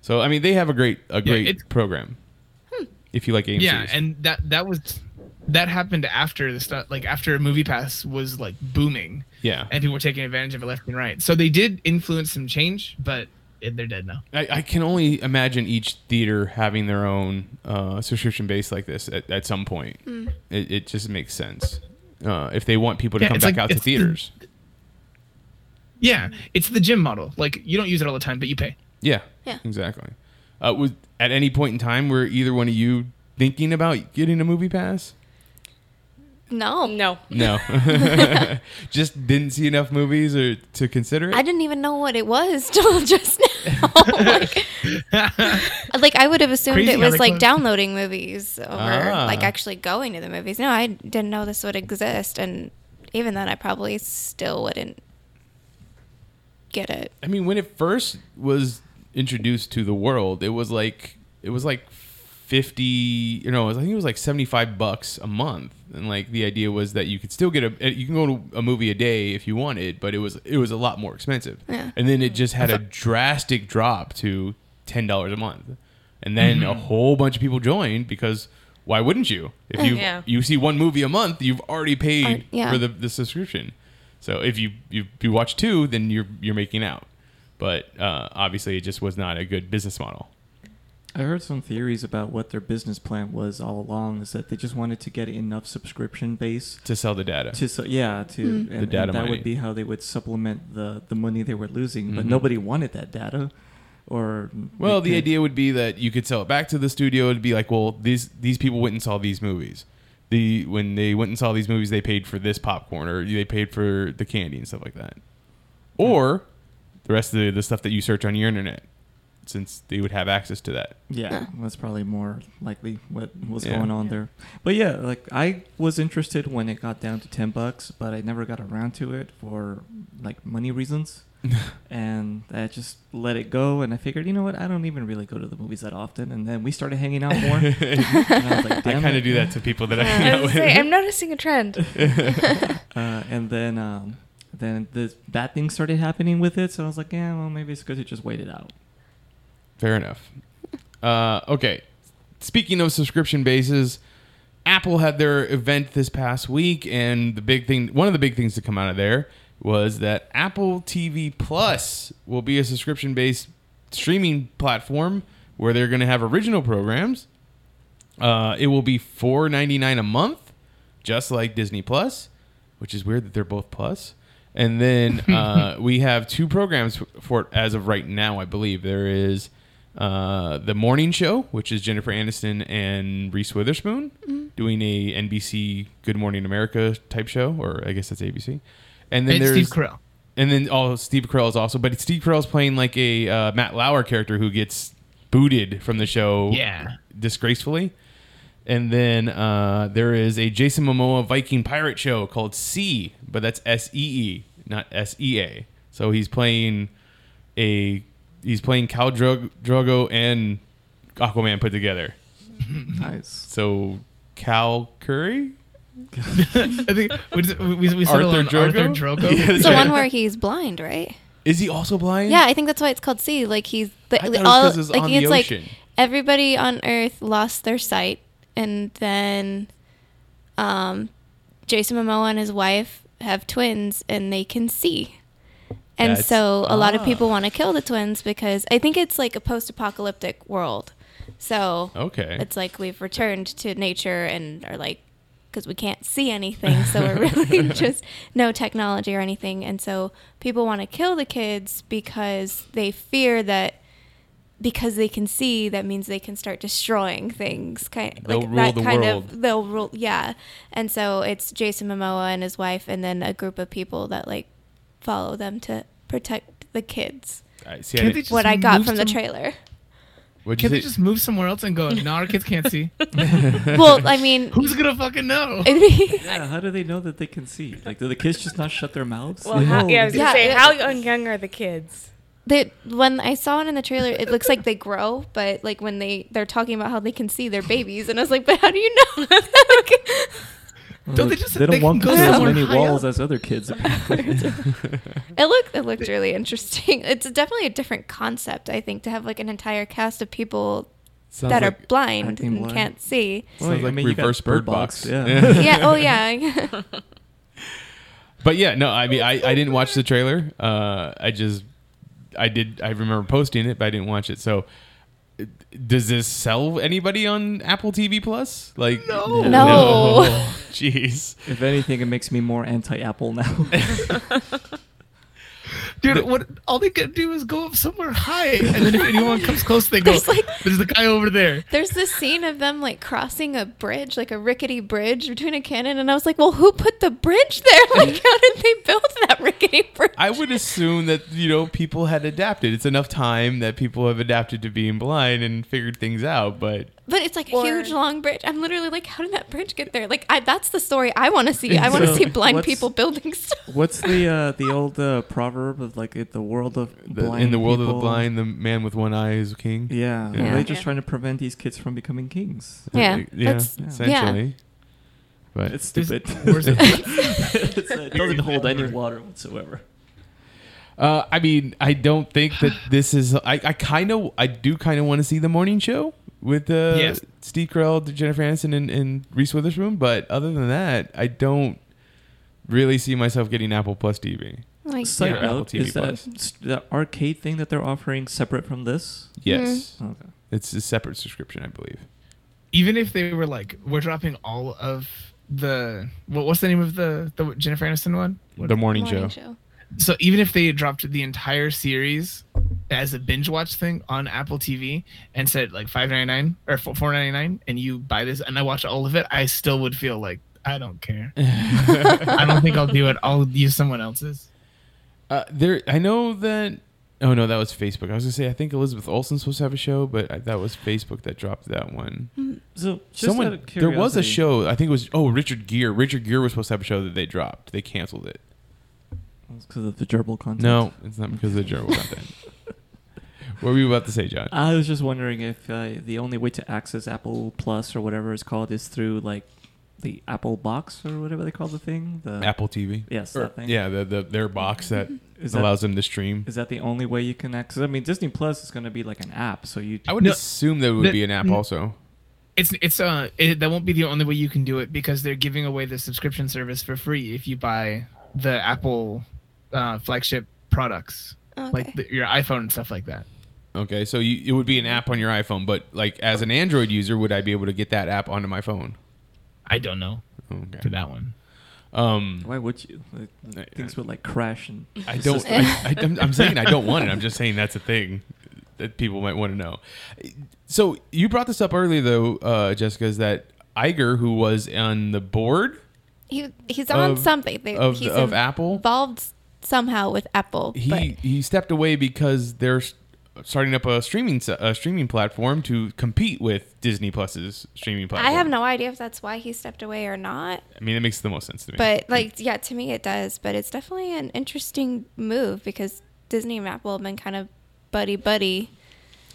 [SPEAKER 3] So I mean, they have a great a great
[SPEAKER 6] it's-
[SPEAKER 3] program. If you like AMCs,
[SPEAKER 6] yeah and that that was that happened after the stuff like after movie pass was like booming
[SPEAKER 3] yeah,
[SPEAKER 6] and people were taking advantage of it left and right so they did influence some change but it, they're dead now
[SPEAKER 3] I, I can only imagine each theater having their own uh, subscription base like this at, at some point. It, it just makes sense uh, if they want people to
[SPEAKER 6] Yeah,
[SPEAKER 3] come
[SPEAKER 6] it's
[SPEAKER 3] back
[SPEAKER 6] like-
[SPEAKER 3] out to
[SPEAKER 6] it's the-
[SPEAKER 3] theaters.
[SPEAKER 6] yeah it's the gym model like you don't use it all the time but you pay
[SPEAKER 3] Yeah.
[SPEAKER 5] Yeah.
[SPEAKER 3] Exactly. Uh, was at any point in time were either one of you thinking about getting a movie pass?
[SPEAKER 5] No.
[SPEAKER 7] No.
[SPEAKER 3] No. Just didn't see enough movies or to consider it.
[SPEAKER 5] I didn't even know what it was till just now. like, like, I would have assumed
[SPEAKER 6] Crazy
[SPEAKER 5] it
[SPEAKER 6] how
[SPEAKER 5] was
[SPEAKER 6] they
[SPEAKER 5] like
[SPEAKER 6] close-
[SPEAKER 5] downloading movies or
[SPEAKER 3] Ah.
[SPEAKER 5] like actually going to the movies. No, I didn't know this would exist, and even then, I probably still wouldn't get it.
[SPEAKER 3] I mean, when it first was introduced to the world, it was like it was like fifty. You know, it was- I think it was like seventy-five bucks a month, and like the idea was that you could still get a eh, you can go to a movie a day if you wanted, but it was it was a lot more expensive.
[SPEAKER 5] Yeah.
[SPEAKER 3] And then it just had a drastic drop to ten dollars a month, and then a whole bunch of people joined because. Why wouldn't you? If you
[SPEAKER 7] Yeah.
[SPEAKER 3] you see one movie a month, you've already paid
[SPEAKER 5] Uh, yeah.
[SPEAKER 3] for the, the subscription. So if you, you you watch two, then you're you're making out. But uh, obviously, it just was not a good business model.
[SPEAKER 4] I heard some theories about what their business plan was all along. Is that they just wanted to get enough subscription base
[SPEAKER 3] to sell the data.
[SPEAKER 4] to so yeah to and, and
[SPEAKER 3] Hmm. data
[SPEAKER 4] that
[SPEAKER 3] mining.
[SPEAKER 4] would be how they would supplement the the money they were losing. But
[SPEAKER 3] Mhm.
[SPEAKER 4] nobody wanted that data. or
[SPEAKER 3] Well,
[SPEAKER 4] we
[SPEAKER 3] the
[SPEAKER 4] could-
[SPEAKER 3] idea would be that you could sell it back to the studio. It'd be like, well, these these people went and saw these movies. The when they went and saw these movies, they paid for this popcorn or they paid for the candy and stuff like that, or the rest of the, the stuff that you search on your internet, since they would have access to that.
[SPEAKER 4] Yeah, that's probably more likely what was
[SPEAKER 3] Yeah.
[SPEAKER 4] going on there. But yeah, like I was interested when it got down to ten bucks, but I never got around to it for like money reasons, and I just let it go. And I figured, you know what? I don't even really go to the movies that often. And then we started hanging out more. and I was like,
[SPEAKER 3] I
[SPEAKER 4] damn
[SPEAKER 3] kind
[SPEAKER 4] it.
[SPEAKER 3] of do that to people that I
[SPEAKER 5] Yeah.
[SPEAKER 3] hang
[SPEAKER 7] I
[SPEAKER 3] out
[SPEAKER 7] was
[SPEAKER 3] with.
[SPEAKER 7] gonna say, I'm noticing a trend.
[SPEAKER 4] Uh, and then um, then the bad things started happening with it, so I was like, yeah, well, maybe it's good to just wait it out.
[SPEAKER 3] Fair enough. Uh, okay. Speaking of subscription bases, Apple had their event this past week, and the big thing, one of the big things to come out of there was that Apple TV Plus will be a subscription based streaming platform where they're going to have original programs. Uh, it will be $4.99 a month, just like Disney Plus, which is weird that they're both plus. And then uh, we have two programs f- for it as of right now. I believe there is uh, the morning show, which is Jennifer Aniston and Reese Witherspoon doing a NBC Good Morning America type show, or I guess that's ABC. And then
[SPEAKER 6] it's
[SPEAKER 3] there's
[SPEAKER 6] Steve Carell.
[SPEAKER 3] and then oh, Steve Carell is also, but Steve Carell's playing like a uh, Matt Lauer character who gets booted from the show,
[SPEAKER 6] Yeah.
[SPEAKER 3] disgracefully. And then uh, there is a Jason Momoa Viking pirate show called Sea, but that's S E E, not S E A. So he's playing a he's playing Cal Drug- Drogo and Aquaman put together.
[SPEAKER 4] Nice.
[SPEAKER 3] So Cal Curry,
[SPEAKER 6] I think we, we, we settled
[SPEAKER 3] Arthur
[SPEAKER 6] on Arthur
[SPEAKER 3] Drogo?
[SPEAKER 6] Drogo.
[SPEAKER 3] Yeah.
[SPEAKER 5] It's the one where he's blind, right?
[SPEAKER 3] is he also blind?
[SPEAKER 5] Yeah, I think that's why it's called sea. Like he's the,
[SPEAKER 3] I thought it was
[SPEAKER 5] all
[SPEAKER 3] 'cause it's
[SPEAKER 5] like
[SPEAKER 3] on
[SPEAKER 5] it's
[SPEAKER 3] the
[SPEAKER 5] like
[SPEAKER 3] ocean.
[SPEAKER 5] everybody on Earth lost their sight, and then, um, Jason Momoa and his wife have twins, and they can see. And
[SPEAKER 3] That's-
[SPEAKER 5] so a lot of
[SPEAKER 3] ah.
[SPEAKER 5] people want to kill the twins because I think it's like a post-apocalyptic world. So
[SPEAKER 3] Okay.
[SPEAKER 5] it's like we've returned to nature and are like because we can't see anything so we're really just no technology or anything and so people want to kill the kids because they fear that because they can see that means they can start destroying things kind
[SPEAKER 3] They'll
[SPEAKER 5] like
[SPEAKER 3] rule
[SPEAKER 5] that
[SPEAKER 3] the
[SPEAKER 5] kind
[SPEAKER 3] world.
[SPEAKER 5] of they'll rule yeah and so it's Jason Momoa and his wife and then a group of people that like follow them to protect the kids
[SPEAKER 3] I see. I
[SPEAKER 6] Can't
[SPEAKER 3] didn't-
[SPEAKER 6] they just
[SPEAKER 5] what I got
[SPEAKER 6] move
[SPEAKER 5] from the
[SPEAKER 6] some-
[SPEAKER 5] trailer
[SPEAKER 3] what'd you
[SPEAKER 6] Can't they
[SPEAKER 3] say?
[SPEAKER 6] just move somewhere else and go? No, our kids can't see.
[SPEAKER 5] well I mean
[SPEAKER 6] Who's gonna fucking know?
[SPEAKER 5] it'd be
[SPEAKER 4] Yeah, how do they know that they can see? Like, do the kids just not shut their mouths?
[SPEAKER 7] Well, how, yeah, I was gonna
[SPEAKER 5] Yeah,
[SPEAKER 7] say,
[SPEAKER 5] it-
[SPEAKER 7] how young are the kids?
[SPEAKER 5] They when I saw it in the trailer, it looks like they grow, but like when they they're talking about how they can see their babies, and I was like, but how do you know?
[SPEAKER 6] Don't they just-
[SPEAKER 4] They don't
[SPEAKER 6] they can
[SPEAKER 4] want
[SPEAKER 6] go
[SPEAKER 4] as
[SPEAKER 6] somewhere
[SPEAKER 4] many
[SPEAKER 6] high
[SPEAKER 4] walls
[SPEAKER 6] up.
[SPEAKER 4] as other kids. apparently.
[SPEAKER 5] it looked it looked really interesting. It's definitely a different concept, I think, to have like an entire cast of people
[SPEAKER 3] Sounds
[SPEAKER 5] that
[SPEAKER 3] like-
[SPEAKER 5] are blind
[SPEAKER 4] acting
[SPEAKER 5] and
[SPEAKER 4] blind.
[SPEAKER 5] can't see.
[SPEAKER 4] Well,
[SPEAKER 3] Sounds
[SPEAKER 4] I
[SPEAKER 3] like
[SPEAKER 4] mean, you got
[SPEAKER 3] reverse Bird Box.
[SPEAKER 4] Yeah.
[SPEAKER 5] Yeah. Oh yeah.
[SPEAKER 3] But yeah, no, I mean, I, I didn't watch the trailer. Uh, I just, I did, I remember posting it, but I didn't watch it. So, uh, does this sell anybody on Apple TV Plus? Like, no,
[SPEAKER 5] No.
[SPEAKER 3] jeez.
[SPEAKER 4] if anything, it makes me more anti-Apple now.
[SPEAKER 6] Dude, what all they could do is go up somewhere high, and then if anyone comes close, they go.
[SPEAKER 5] There's,
[SPEAKER 6] There's,
[SPEAKER 5] like-
[SPEAKER 6] the guy over there.
[SPEAKER 5] There's this scene of them like crossing a bridge, like a rickety bridge between a cannon, and I was like, well, who put the bridge there? Like, how did they build that rickety bridge?
[SPEAKER 3] I would assume that, you know, people had adapted. It's enough time that people have adapted to being blind and figured things out, but
[SPEAKER 5] But it's like a
[SPEAKER 7] Or-
[SPEAKER 5] huge long bridge. I'm literally like, how did that bridge get there? Like, I, that's the story I want to see. I want to
[SPEAKER 3] uh,
[SPEAKER 4] So,
[SPEAKER 5] see blind
[SPEAKER 4] what's-
[SPEAKER 5] people building stuff.
[SPEAKER 4] What's the uh, the old uh, proverb of like it- the world of
[SPEAKER 3] the,
[SPEAKER 4] blind
[SPEAKER 3] in the world of the
[SPEAKER 4] people?
[SPEAKER 3] blind, the man with one eye is king.
[SPEAKER 4] Yeah,
[SPEAKER 3] Yeah.
[SPEAKER 4] they're just
[SPEAKER 7] Yeah.
[SPEAKER 4] trying to prevent these kids from becoming kings.
[SPEAKER 5] Yeah,
[SPEAKER 3] Yeah,
[SPEAKER 5] that's- yeah.
[SPEAKER 3] essentially. But
[SPEAKER 4] It's
[SPEAKER 6] There's-
[SPEAKER 4] stupid.
[SPEAKER 6] where's it?
[SPEAKER 4] It's, uh, it doesn't hold any water whatsoever.
[SPEAKER 3] Uh, I mean, I don't think that this is. I, I kind of, I do kind of want to see the morning show with uh,
[SPEAKER 6] Yes.
[SPEAKER 3] Steve Carell, Jennifer Aniston, and, and Reese Witherspoon. But other than that, I don't really see myself getting Apple Plus TV.
[SPEAKER 5] Like,
[SPEAKER 4] Side
[SPEAKER 3] Yeah, Apple
[SPEAKER 4] note
[SPEAKER 3] TV
[SPEAKER 4] is that s- the arcade thing that they're offering separate from this?
[SPEAKER 3] Yes,
[SPEAKER 4] Okay.
[SPEAKER 3] Mm-hmm. it's a separate subscription, I believe.
[SPEAKER 6] Even if they were like, we're dropping all of the what, what's the name of the the Jennifer Aniston one?
[SPEAKER 3] the morning, show.
[SPEAKER 5] show.
[SPEAKER 6] So even if they dropped the entire series as a binge watch thing on Apple TV and said like five ninety nine or four ninety nine, and you buy this and I watch all of it, I still would feel like I don't care. I don't think I'll do it. I'll use someone else's.
[SPEAKER 3] Uh, there, I know that. Oh no, that was Facebook. I was gonna say I think Elizabeth Olsen's supposed to have a show, but I, that was Facebook that dropped that one.
[SPEAKER 4] So just out
[SPEAKER 3] Someone
[SPEAKER 4] of
[SPEAKER 3] there was a
[SPEAKER 4] curiosity-
[SPEAKER 3] show. I think it was oh Richard Gere. Richard Gere was supposed to have a show that they dropped. They canceled it.
[SPEAKER 4] It's because of the gerbil content.
[SPEAKER 3] No, it's not because of the gerbil content. what were you about to say, John?
[SPEAKER 4] I was just wondering if uh, the only way to access Apple Plus or whatever it's called is through like the Apple Box or whatever they call the thing. The
[SPEAKER 3] Apple TV.
[SPEAKER 4] Yes, that thing.
[SPEAKER 3] Yeah, the, the their box that
[SPEAKER 4] Is that-
[SPEAKER 3] allows them to stream.
[SPEAKER 4] Is that the only way you can access? I mean, Disney Plus is going to be like an app, so you.
[SPEAKER 3] I would
[SPEAKER 6] No,
[SPEAKER 3] assume there would
[SPEAKER 6] the-
[SPEAKER 3] be an app
[SPEAKER 6] n-
[SPEAKER 3] also.
[SPEAKER 6] It's it's uh it, that won't be the only way you can do it because they're giving away the subscription service for free if you buy the Apple uh, flagship products
[SPEAKER 5] Okay.
[SPEAKER 6] like the, your iPhone and stuff like that.
[SPEAKER 3] Okay, so you, it would be an app on your iPhone, but like as an Android user, would I be able to get that app onto my phone?
[SPEAKER 6] I don't know for
[SPEAKER 3] Okay.
[SPEAKER 6] that one.
[SPEAKER 3] Um,
[SPEAKER 4] Why would you? Like, things would like crash and.
[SPEAKER 3] I
[SPEAKER 4] it's
[SPEAKER 3] don't.
[SPEAKER 4] just-
[SPEAKER 3] I, I, I'm, I'm saying I don't want it. I'm just saying that's a thing that people might want to know. So you brought this up earlier, though, uh, Jessica, is that Iger, who was on the board
[SPEAKER 5] He, he's on
[SPEAKER 3] Of-
[SPEAKER 5] something. They,
[SPEAKER 3] of
[SPEAKER 5] he's
[SPEAKER 3] of Apple,
[SPEAKER 5] involved somehow with Apple.
[SPEAKER 3] he
[SPEAKER 5] but
[SPEAKER 3] he stepped away because they're s- starting up a streaming s- a streaming platform to compete with Disney Plus's streaming platform.
[SPEAKER 5] I have no idea if that's why he stepped away or not.
[SPEAKER 3] I mean, it makes the most sense to me.
[SPEAKER 5] But like, yeah, to me it does. But it's definitely an interesting move because Disney and Apple have been kind of buddy buddy,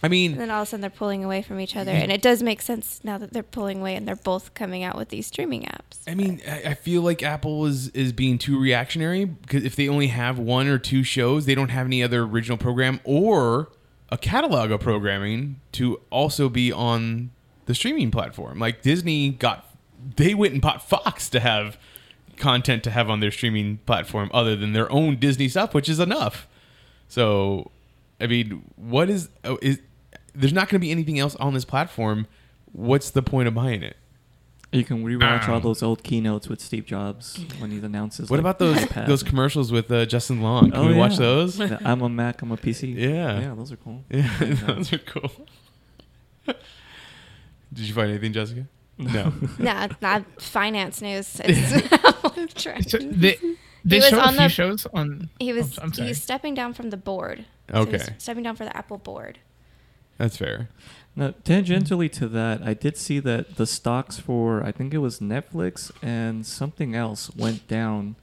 [SPEAKER 3] I mean,
[SPEAKER 5] and then all of a sudden they're pulling away from each other, and it does make sense now that they're pulling away and they're both coming out with these streaming apps.
[SPEAKER 3] I mean, I I feel like Apple is is being too reactionary because if they only have one or two shows, they don't have any other original program or a catalog of programming to also be on the streaming platform. Like Disney got, they went and bought Fox to have content to have on their streaming platform other than their own Disney stuff, which is enough. So, I mean, what is oh, is there's not going to be anything else on this platform. What's the point of buying it?
[SPEAKER 4] you can rewatch all
[SPEAKER 6] Um.
[SPEAKER 4] those old keynotes with Steve Jobs when he announces.
[SPEAKER 3] What
[SPEAKER 4] like,
[SPEAKER 3] about those
[SPEAKER 4] iPad.
[SPEAKER 3] those commercials with uh, Justin Long? Can
[SPEAKER 4] Oh,
[SPEAKER 3] we watch
[SPEAKER 4] yeah.
[SPEAKER 3] those?
[SPEAKER 4] The I'm a Mac. I'm a PC.
[SPEAKER 3] Yeah.
[SPEAKER 4] Yeah, those are cool.
[SPEAKER 3] Yeah, those are cool. Did you find anything, Jessica? No.
[SPEAKER 5] nah, it's not finance news. It's
[SPEAKER 6] So they they
[SPEAKER 5] was
[SPEAKER 6] showed a
[SPEAKER 5] on
[SPEAKER 6] few
[SPEAKER 5] the-
[SPEAKER 6] shows on. oh,
[SPEAKER 5] he was
[SPEAKER 6] I'm sorry.
[SPEAKER 5] he's stepping down from the board. So he's
[SPEAKER 3] Okay,
[SPEAKER 5] stepping down for the Apple board.
[SPEAKER 3] that's fair.
[SPEAKER 4] Now, tangentially to that, I did see that the stocks for I think it was Netflix and something else went down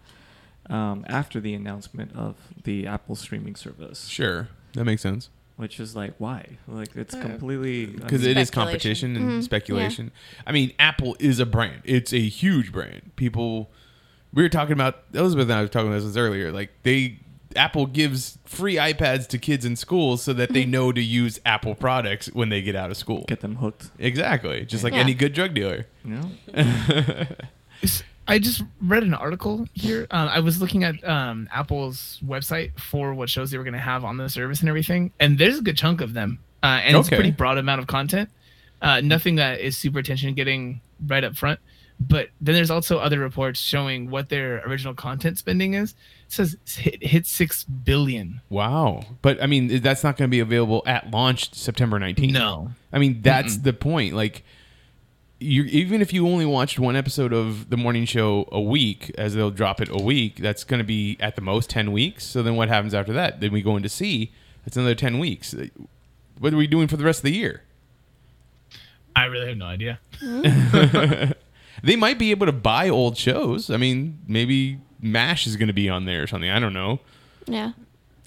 [SPEAKER 4] um, after the announcement of the Apple streaming service,
[SPEAKER 3] Sure, that makes sense
[SPEAKER 4] which is like why? Like it's
[SPEAKER 6] Uh,
[SPEAKER 4] completely I
[SPEAKER 3] because
[SPEAKER 4] mean,
[SPEAKER 3] it is
[SPEAKER 7] Speculation.
[SPEAKER 3] competition and
[SPEAKER 5] Mhm, yeah.
[SPEAKER 3] speculation. I mean, Apple is a brand. It's a huge brand. People, we were talking about Elizabeth and I was talking about this earlier. Like they, Apple gives free iPads to kids in schools so that they know to use Apple products when they get out of school.
[SPEAKER 4] get them hooked.
[SPEAKER 3] Exactly, just like
[SPEAKER 5] Yeah.
[SPEAKER 3] any good drug dealer.
[SPEAKER 4] You know?
[SPEAKER 6] I just read an article here. Um, I was looking at um, Apple's website for what shows they were going to have on the service and everything, and there's a good chunk of them, uh, and it's a
[SPEAKER 3] Okay.
[SPEAKER 6] pretty broad amount of content. Uh, nothing that is super attention getting right up front, but then there's also other reports showing what their original content spending is. It says it's hit, hit six billion.
[SPEAKER 3] Wow. But I mean, that's not going to be available at launch September 19th.
[SPEAKER 6] No,
[SPEAKER 3] I mean, that's the point. Like, you even if you only watched one episode of the morning show a week, as they'll drop it a week, that's going to be at the most 10 weeks. So then what happens after that? Then we go into C. That's another 10 weeks. Uh, What are we doing for the rest of the year?
[SPEAKER 6] I really have no idea.
[SPEAKER 3] They might be able to buy old shows. I mean, maybe MASH is going to be on there or something. I don't know.
[SPEAKER 5] Yeah.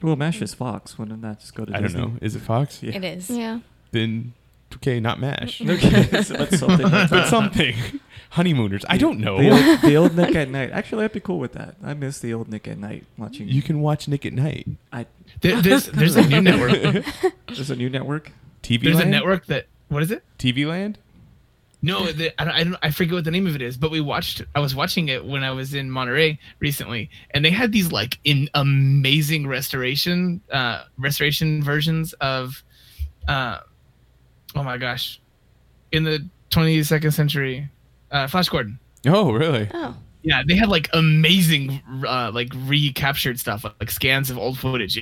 [SPEAKER 4] Well, Mash is Fox. Wouldn't that just go to
[SPEAKER 3] I don't
[SPEAKER 4] Disney?
[SPEAKER 3] know. Is it Fox?
[SPEAKER 4] Yeah.
[SPEAKER 7] It is.
[SPEAKER 5] Yeah.
[SPEAKER 3] Then, okay, not MASH.
[SPEAKER 4] Okay, so that's something.
[SPEAKER 3] but something. Honeymooners. I don't know.
[SPEAKER 4] The old, the old Nick at Night. Actually, I'd be cool with that. I miss the old Nick at Night watching.
[SPEAKER 3] You can watch Nick at Night.
[SPEAKER 4] I,
[SPEAKER 6] There, there's there's a new network.
[SPEAKER 4] there's a new network.
[SPEAKER 3] TV
[SPEAKER 6] There's a
[SPEAKER 3] Land?
[SPEAKER 6] network that what is it?
[SPEAKER 3] TV Land?
[SPEAKER 6] No, the, I, don't, I don't. I forget what the name of it is, but we watched. I was watching it when I was in Monterey recently, and they had these like in amazing restoration, uh, restoration versions of, uh, oh my gosh, in the 22nd century, uh, Flash Gordon.
[SPEAKER 3] Oh, really?
[SPEAKER 5] Oh.
[SPEAKER 6] Yeah, they had like amazing, uh, like recaptured stuff, like scans of old footage.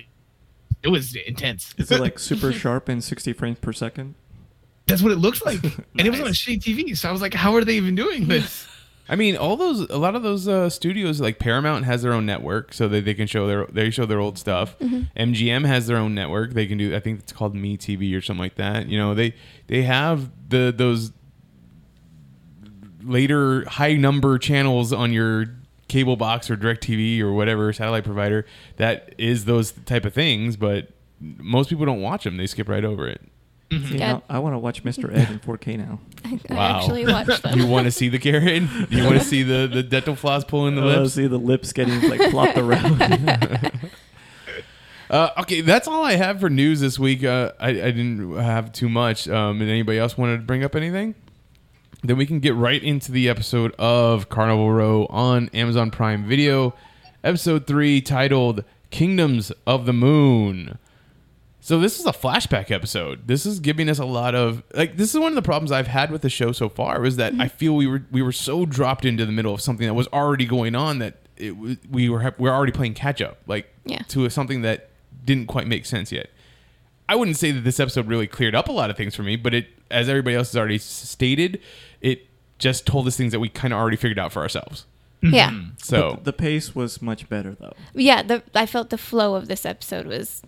[SPEAKER 6] it was intense.
[SPEAKER 4] Is it like super sharp and 60 frames per second?
[SPEAKER 6] That's what it looked like, and it was on a shitty TV. So I was like, how are they even doing this?
[SPEAKER 3] I mean, all those a lot of those uh, studios like Paramount has their own network, so that they can show their they show their old stuff. MGM has their own network; they can do. I think it's called Me TV or something like that. You know, they they have the those later high number channels on your cable box or DirecTV or whatever satellite provider that is those type of things, but most people don't watch them; they skip right over it.
[SPEAKER 4] See,
[SPEAKER 5] Yeah.
[SPEAKER 4] now I want to watch Mr. Ed in 4K now.
[SPEAKER 5] I
[SPEAKER 3] Wow.
[SPEAKER 5] actually watched them.
[SPEAKER 3] You want to see the carrot? You want to see the the dental floss pulling the
[SPEAKER 4] I
[SPEAKER 3] lips?
[SPEAKER 4] wanna Oh, see the lips getting like flopped around.
[SPEAKER 3] Uh, okay, that's all I have for news this week. Uh, I, I didn't have too much. Um, did anybody else wanted to bring up anything? Then we can get right into the episode of Carnival Row on Amazon Prime Video, episode three, titled "Kingdoms of the Moon." So this is a flashback episode. This is giving us a lot of like. This is one of the problems I've had with the show so far was that I feel we were we were so dropped into the middle of something that was already going on that it w- we were hap- we were already playing catch up like
[SPEAKER 5] Yeah.
[SPEAKER 3] to something that didn't quite make sense yet. I wouldn't say that this episode really cleared up a lot of things for me, but it, as everybody else has already s- stated, it just told us things that we kind of already figured out for ourselves.
[SPEAKER 5] yeah.
[SPEAKER 3] So
[SPEAKER 4] But the pace was much better though.
[SPEAKER 5] Yeah, the, I felt the flow of this episode was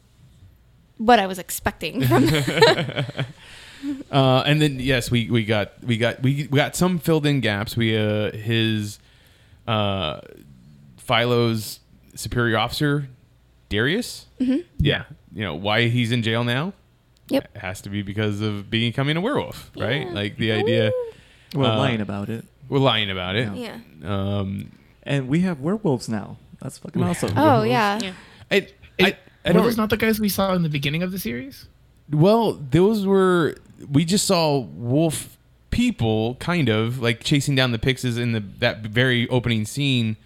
[SPEAKER 5] what I was expecting from
[SPEAKER 3] Uh, and then yes, we, we got we got we, we got some filled in gaps. We uh, his uh, Philo's superior officer Darius. Mm-hmm. Yeah, you know why he's in jail now.
[SPEAKER 5] Yep.
[SPEAKER 3] it has to be because of becoming a werewolf, right? Like the idea
[SPEAKER 4] Well,
[SPEAKER 3] Uh,
[SPEAKER 4] lying about it.
[SPEAKER 3] we're lying about it.
[SPEAKER 5] Yeah.
[SPEAKER 3] Um,
[SPEAKER 4] And we have werewolves now. That's fucking awesome.
[SPEAKER 5] Oh yeah.
[SPEAKER 3] I, I,
[SPEAKER 6] It,
[SPEAKER 3] I
[SPEAKER 6] were
[SPEAKER 3] don't
[SPEAKER 6] those not the guys we saw in the beginning of the series?
[SPEAKER 3] Well, those were we just saw wolf people kind of like chasing down the pixies in the that very opening scene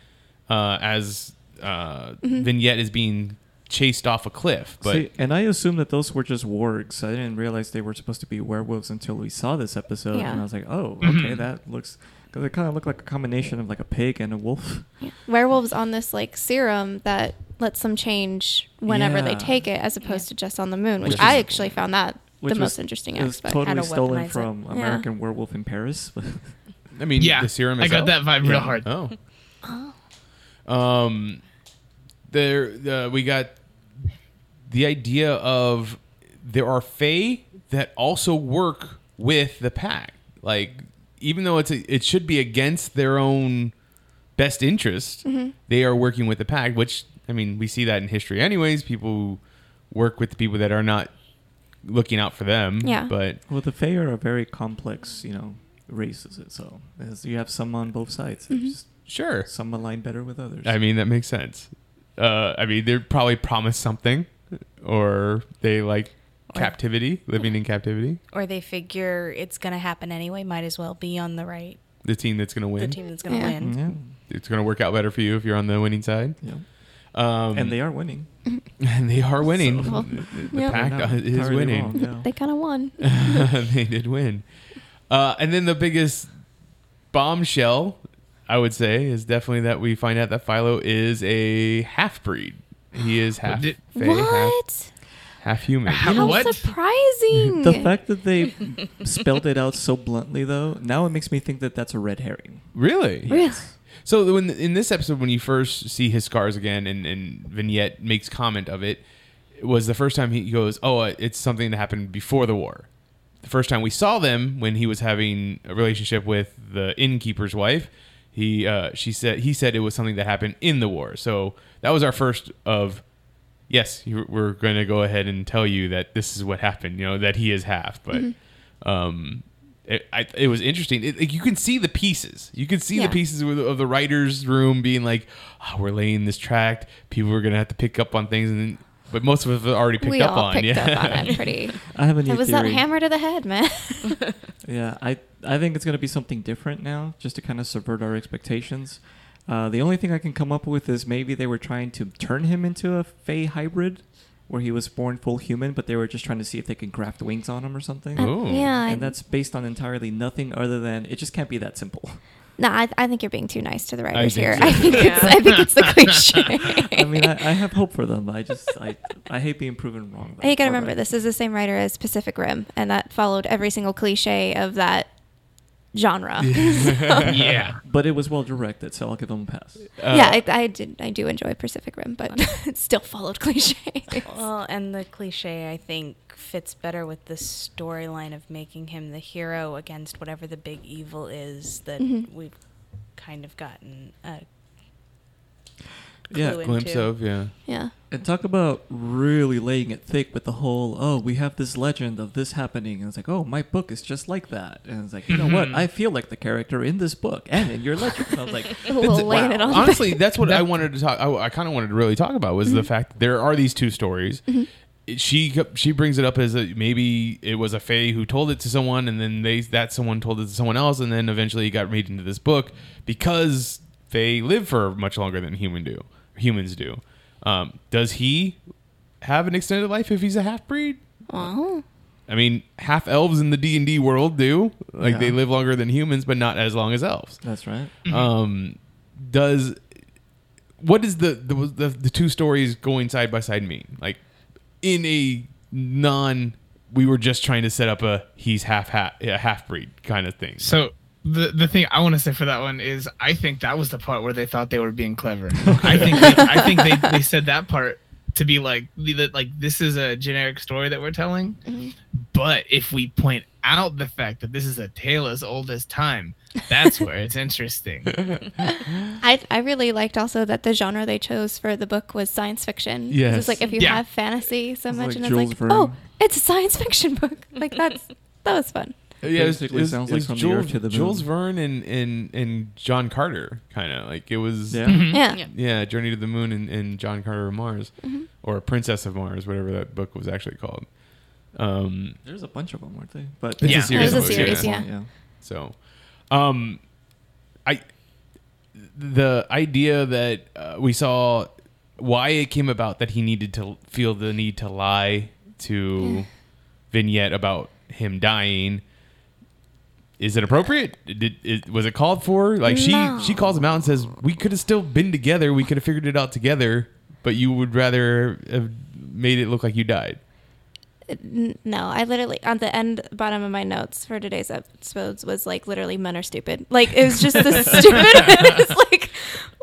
[SPEAKER 3] uh, as uh,
[SPEAKER 6] Mm-hmm.
[SPEAKER 3] vignette is being chased off a cliff. But
[SPEAKER 4] See, and I assumed that those were just wargs. I didn't realize they were supposed to be werewolves until we saw this episode,
[SPEAKER 5] Yeah.
[SPEAKER 4] and I was like, "Oh,
[SPEAKER 3] Mm-hmm.
[SPEAKER 4] okay, that looks." Because they kind of look like a combination of like a pig and a wolf.
[SPEAKER 5] Werewolves on this like serum that lets them change whenever they
[SPEAKER 4] Yeah.
[SPEAKER 5] take it, as opposed to just on the moon, which,
[SPEAKER 3] Which
[SPEAKER 5] I
[SPEAKER 3] is-
[SPEAKER 5] actually found that the most interesting
[SPEAKER 4] It was
[SPEAKER 5] aspect.
[SPEAKER 4] totally
[SPEAKER 7] to weaponize
[SPEAKER 4] stolen
[SPEAKER 7] it.
[SPEAKER 4] from
[SPEAKER 7] Yeah.
[SPEAKER 4] American Werewolf in Paris.
[SPEAKER 3] I mean,
[SPEAKER 6] Yeah,
[SPEAKER 3] the serum.
[SPEAKER 6] I got
[SPEAKER 3] itself?
[SPEAKER 6] that vibe real hard.
[SPEAKER 3] Oh. Um, there uh, we got the idea of there are Fae that also work with the pack. Like, even though it's a, it should be against their own best interest, they are working with the pack. Which I mean, we see that in history, anyways. People who work with the people that are not looking out for them.
[SPEAKER 5] Yeah.
[SPEAKER 3] but
[SPEAKER 4] well, the Fae are a very complex, you know, races. So as you have some on both sides. It's
[SPEAKER 5] Mm-hmm.
[SPEAKER 4] just-
[SPEAKER 3] sure.
[SPEAKER 4] some align better with others.
[SPEAKER 3] I mean, that makes sense. Uh, I mean, they probably promised something, or they like captivity, living in captivity.
[SPEAKER 7] Or they figure it's going to happen anyway. Might as well be on the right,
[SPEAKER 3] The team that's going to
[SPEAKER 7] the
[SPEAKER 3] win.
[SPEAKER 7] team that's going to
[SPEAKER 5] Yeah.
[SPEAKER 7] win.
[SPEAKER 4] yeah,
[SPEAKER 3] It's going to work out better for you if you're on the winning side.
[SPEAKER 4] yeah.
[SPEAKER 3] Um,
[SPEAKER 4] and they are winning.
[SPEAKER 3] and they are winning.
[SPEAKER 4] So-
[SPEAKER 3] The- the the
[SPEAKER 5] Yeah.
[SPEAKER 3] pack
[SPEAKER 4] They're not
[SPEAKER 3] is
[SPEAKER 4] entirely
[SPEAKER 3] winning.
[SPEAKER 4] wrong, yeah.
[SPEAKER 5] they kind of won.
[SPEAKER 3] they did win. Uh, and then the biggest bombshell, I would say, is definitely that we find out that Philo is a half breed. He is half
[SPEAKER 6] Did-
[SPEAKER 3] fae, half,
[SPEAKER 5] what?
[SPEAKER 3] half human.
[SPEAKER 6] How-
[SPEAKER 5] How
[SPEAKER 6] What?
[SPEAKER 5] surprising!
[SPEAKER 4] The fact that they spelled it out so bluntly, though, now it makes me think that that's a red herring.
[SPEAKER 3] Really?
[SPEAKER 5] Really?
[SPEAKER 3] So when in this episode, when you first see his scars again, and, and Vignette makes comment of it, it was the first time he goes, "Oh, uh, it's something that happened before the war." The first time we saw them when he was having a relationship with the innkeeper's wife, he uh, she said he said it was something that happened in the war. So that was our first of. Yes, you- we're going to go ahead and tell you that this is what happened. You know that he is half, but
[SPEAKER 5] Mm-hmm.
[SPEAKER 3] um, it, I, it was interesting. It, like, you can see the pieces. You can see
[SPEAKER 5] Yeah.
[SPEAKER 3] the pieces of the, of the writers' room being like, oh, "We're laying this tract. People are gonna have to pick up on things." And then, but most of us have already picked
[SPEAKER 5] we
[SPEAKER 3] up
[SPEAKER 5] all
[SPEAKER 3] on.
[SPEAKER 5] picked
[SPEAKER 3] yeah,
[SPEAKER 5] up on that pretty.
[SPEAKER 4] I have a new
[SPEAKER 5] That was that
[SPEAKER 4] theory.
[SPEAKER 5] hammer to the head, man.
[SPEAKER 4] Yeah, I I think it's gonna be something different now, just to kind of subvert our expectations. Uh, the only thing I can come up with is maybe they were trying to turn him into a Fey hybrid, where he was born full human, but they were just trying to see if they can graft
[SPEAKER 5] Oh.
[SPEAKER 4] wings on him or something.
[SPEAKER 3] Ooh.
[SPEAKER 5] yeah, I-
[SPEAKER 4] And that's based on entirely nothing other than it just can't be that simple.
[SPEAKER 5] No, I, I think you're being too nice to the writers
[SPEAKER 3] think
[SPEAKER 5] here.
[SPEAKER 3] so.
[SPEAKER 5] I think it's I think it's the cliche.
[SPEAKER 4] I mean, I, I have hope for them. I just I, I hate being proven wrong.
[SPEAKER 5] And you got
[SPEAKER 4] All
[SPEAKER 5] to remember,
[SPEAKER 4] right.
[SPEAKER 5] this is the same writer as Pacific Rim, and that followed every single cliche of that genre.
[SPEAKER 6] yeah.
[SPEAKER 4] But it was well directed, so I'll give them a pass.
[SPEAKER 3] Uh,
[SPEAKER 5] yeah, I, I did. I do enjoy Pacific Rim, but it still followed cliche.
[SPEAKER 7] Well, and the cliche I think fits better with the storyline of making him the hero against whatever the big evil is that we've kind of gotten a
[SPEAKER 4] Yeah,
[SPEAKER 7] clue
[SPEAKER 3] glimpse
[SPEAKER 7] into.
[SPEAKER 3] of yeah.
[SPEAKER 5] yeah,
[SPEAKER 4] And talk about really laying it thick with the whole, oh, we have this legend of this happening. And it's like, oh, my book is just like that. And it's like, you know what? I feel like the character in this book and in your legend. And I was like,
[SPEAKER 5] we'll lay it on.
[SPEAKER 3] honestly that's what i wanted to talk i, kind of wanted to really talk about was the
[SPEAKER 5] Mm-hmm.
[SPEAKER 3] fact that there are these two stories It- she co- she brings it up as a, maybe it was a fae who told it to someone and then they that someone told it to someone else and then eventually it got made into this book because they live for much longer than human do humans do um, does he have an extended life if he's a half breed
[SPEAKER 5] Well,
[SPEAKER 3] I mean, half elves in the D and D world do like
[SPEAKER 4] Yeah.
[SPEAKER 3] they live longer than humans, but not as long as elves
[SPEAKER 4] that's right.
[SPEAKER 3] um, does what is the the, the the two stories going side by side mean like in a non we were just trying to set up a he's half ha- a half breed kind of thing
[SPEAKER 6] So the the thing I want to say for that one is I think that was the part where they thought they were being clever. I think they, I think they, they said that part to be like that like this is a generic story that we're telling,
[SPEAKER 5] Mm-hmm.
[SPEAKER 6] but if we point out the fact that this is a tale as old as time, that's where it's interesting.
[SPEAKER 5] I I really liked also that the genre they chose for the book was science fiction. 'Cause
[SPEAKER 3] Yes.
[SPEAKER 5] it's like if you
[SPEAKER 6] Yeah.
[SPEAKER 5] have fantasy so much,
[SPEAKER 4] like
[SPEAKER 5] and
[SPEAKER 4] Jules
[SPEAKER 5] it's like,
[SPEAKER 4] Verne.
[SPEAKER 5] oh, it's a science fiction book. Like that's that was fun.
[SPEAKER 3] yeah it was-
[SPEAKER 4] Basically
[SPEAKER 3] it was-
[SPEAKER 4] sounds
[SPEAKER 3] it
[SPEAKER 4] like
[SPEAKER 3] was
[SPEAKER 4] from the
[SPEAKER 3] Jules,
[SPEAKER 4] Earth to the Moon.
[SPEAKER 3] Jules Verne and and and John Carter kind of like it was
[SPEAKER 4] Yeah.
[SPEAKER 5] Yeah.
[SPEAKER 7] Yeah.
[SPEAKER 3] yeah, Journey to the Moon and, and John Carter of Mars
[SPEAKER 5] Mm-hmm.
[SPEAKER 3] or Princess of Mars whatever that book was actually called um
[SPEAKER 4] There's a bunch of them, weren't they? But
[SPEAKER 3] It's a
[SPEAKER 6] Yeah.
[SPEAKER 3] series
[SPEAKER 5] It was a
[SPEAKER 3] of books,
[SPEAKER 5] series, yeah.
[SPEAKER 3] So, um, I the idea that uh, we saw why it came about that he needed to feel the need to lie to vignette about him dying. Is it appropriate? Did it, was it called for? Like
[SPEAKER 5] No.
[SPEAKER 3] she she calls him out and says, "We could have still been together. We could have figured it out together, but you would rather have made it look like you died."
[SPEAKER 5] N- No, I literally on the end bottom of my notes for today's episodes was like literally men are stupid. Like it was just the stupidest. like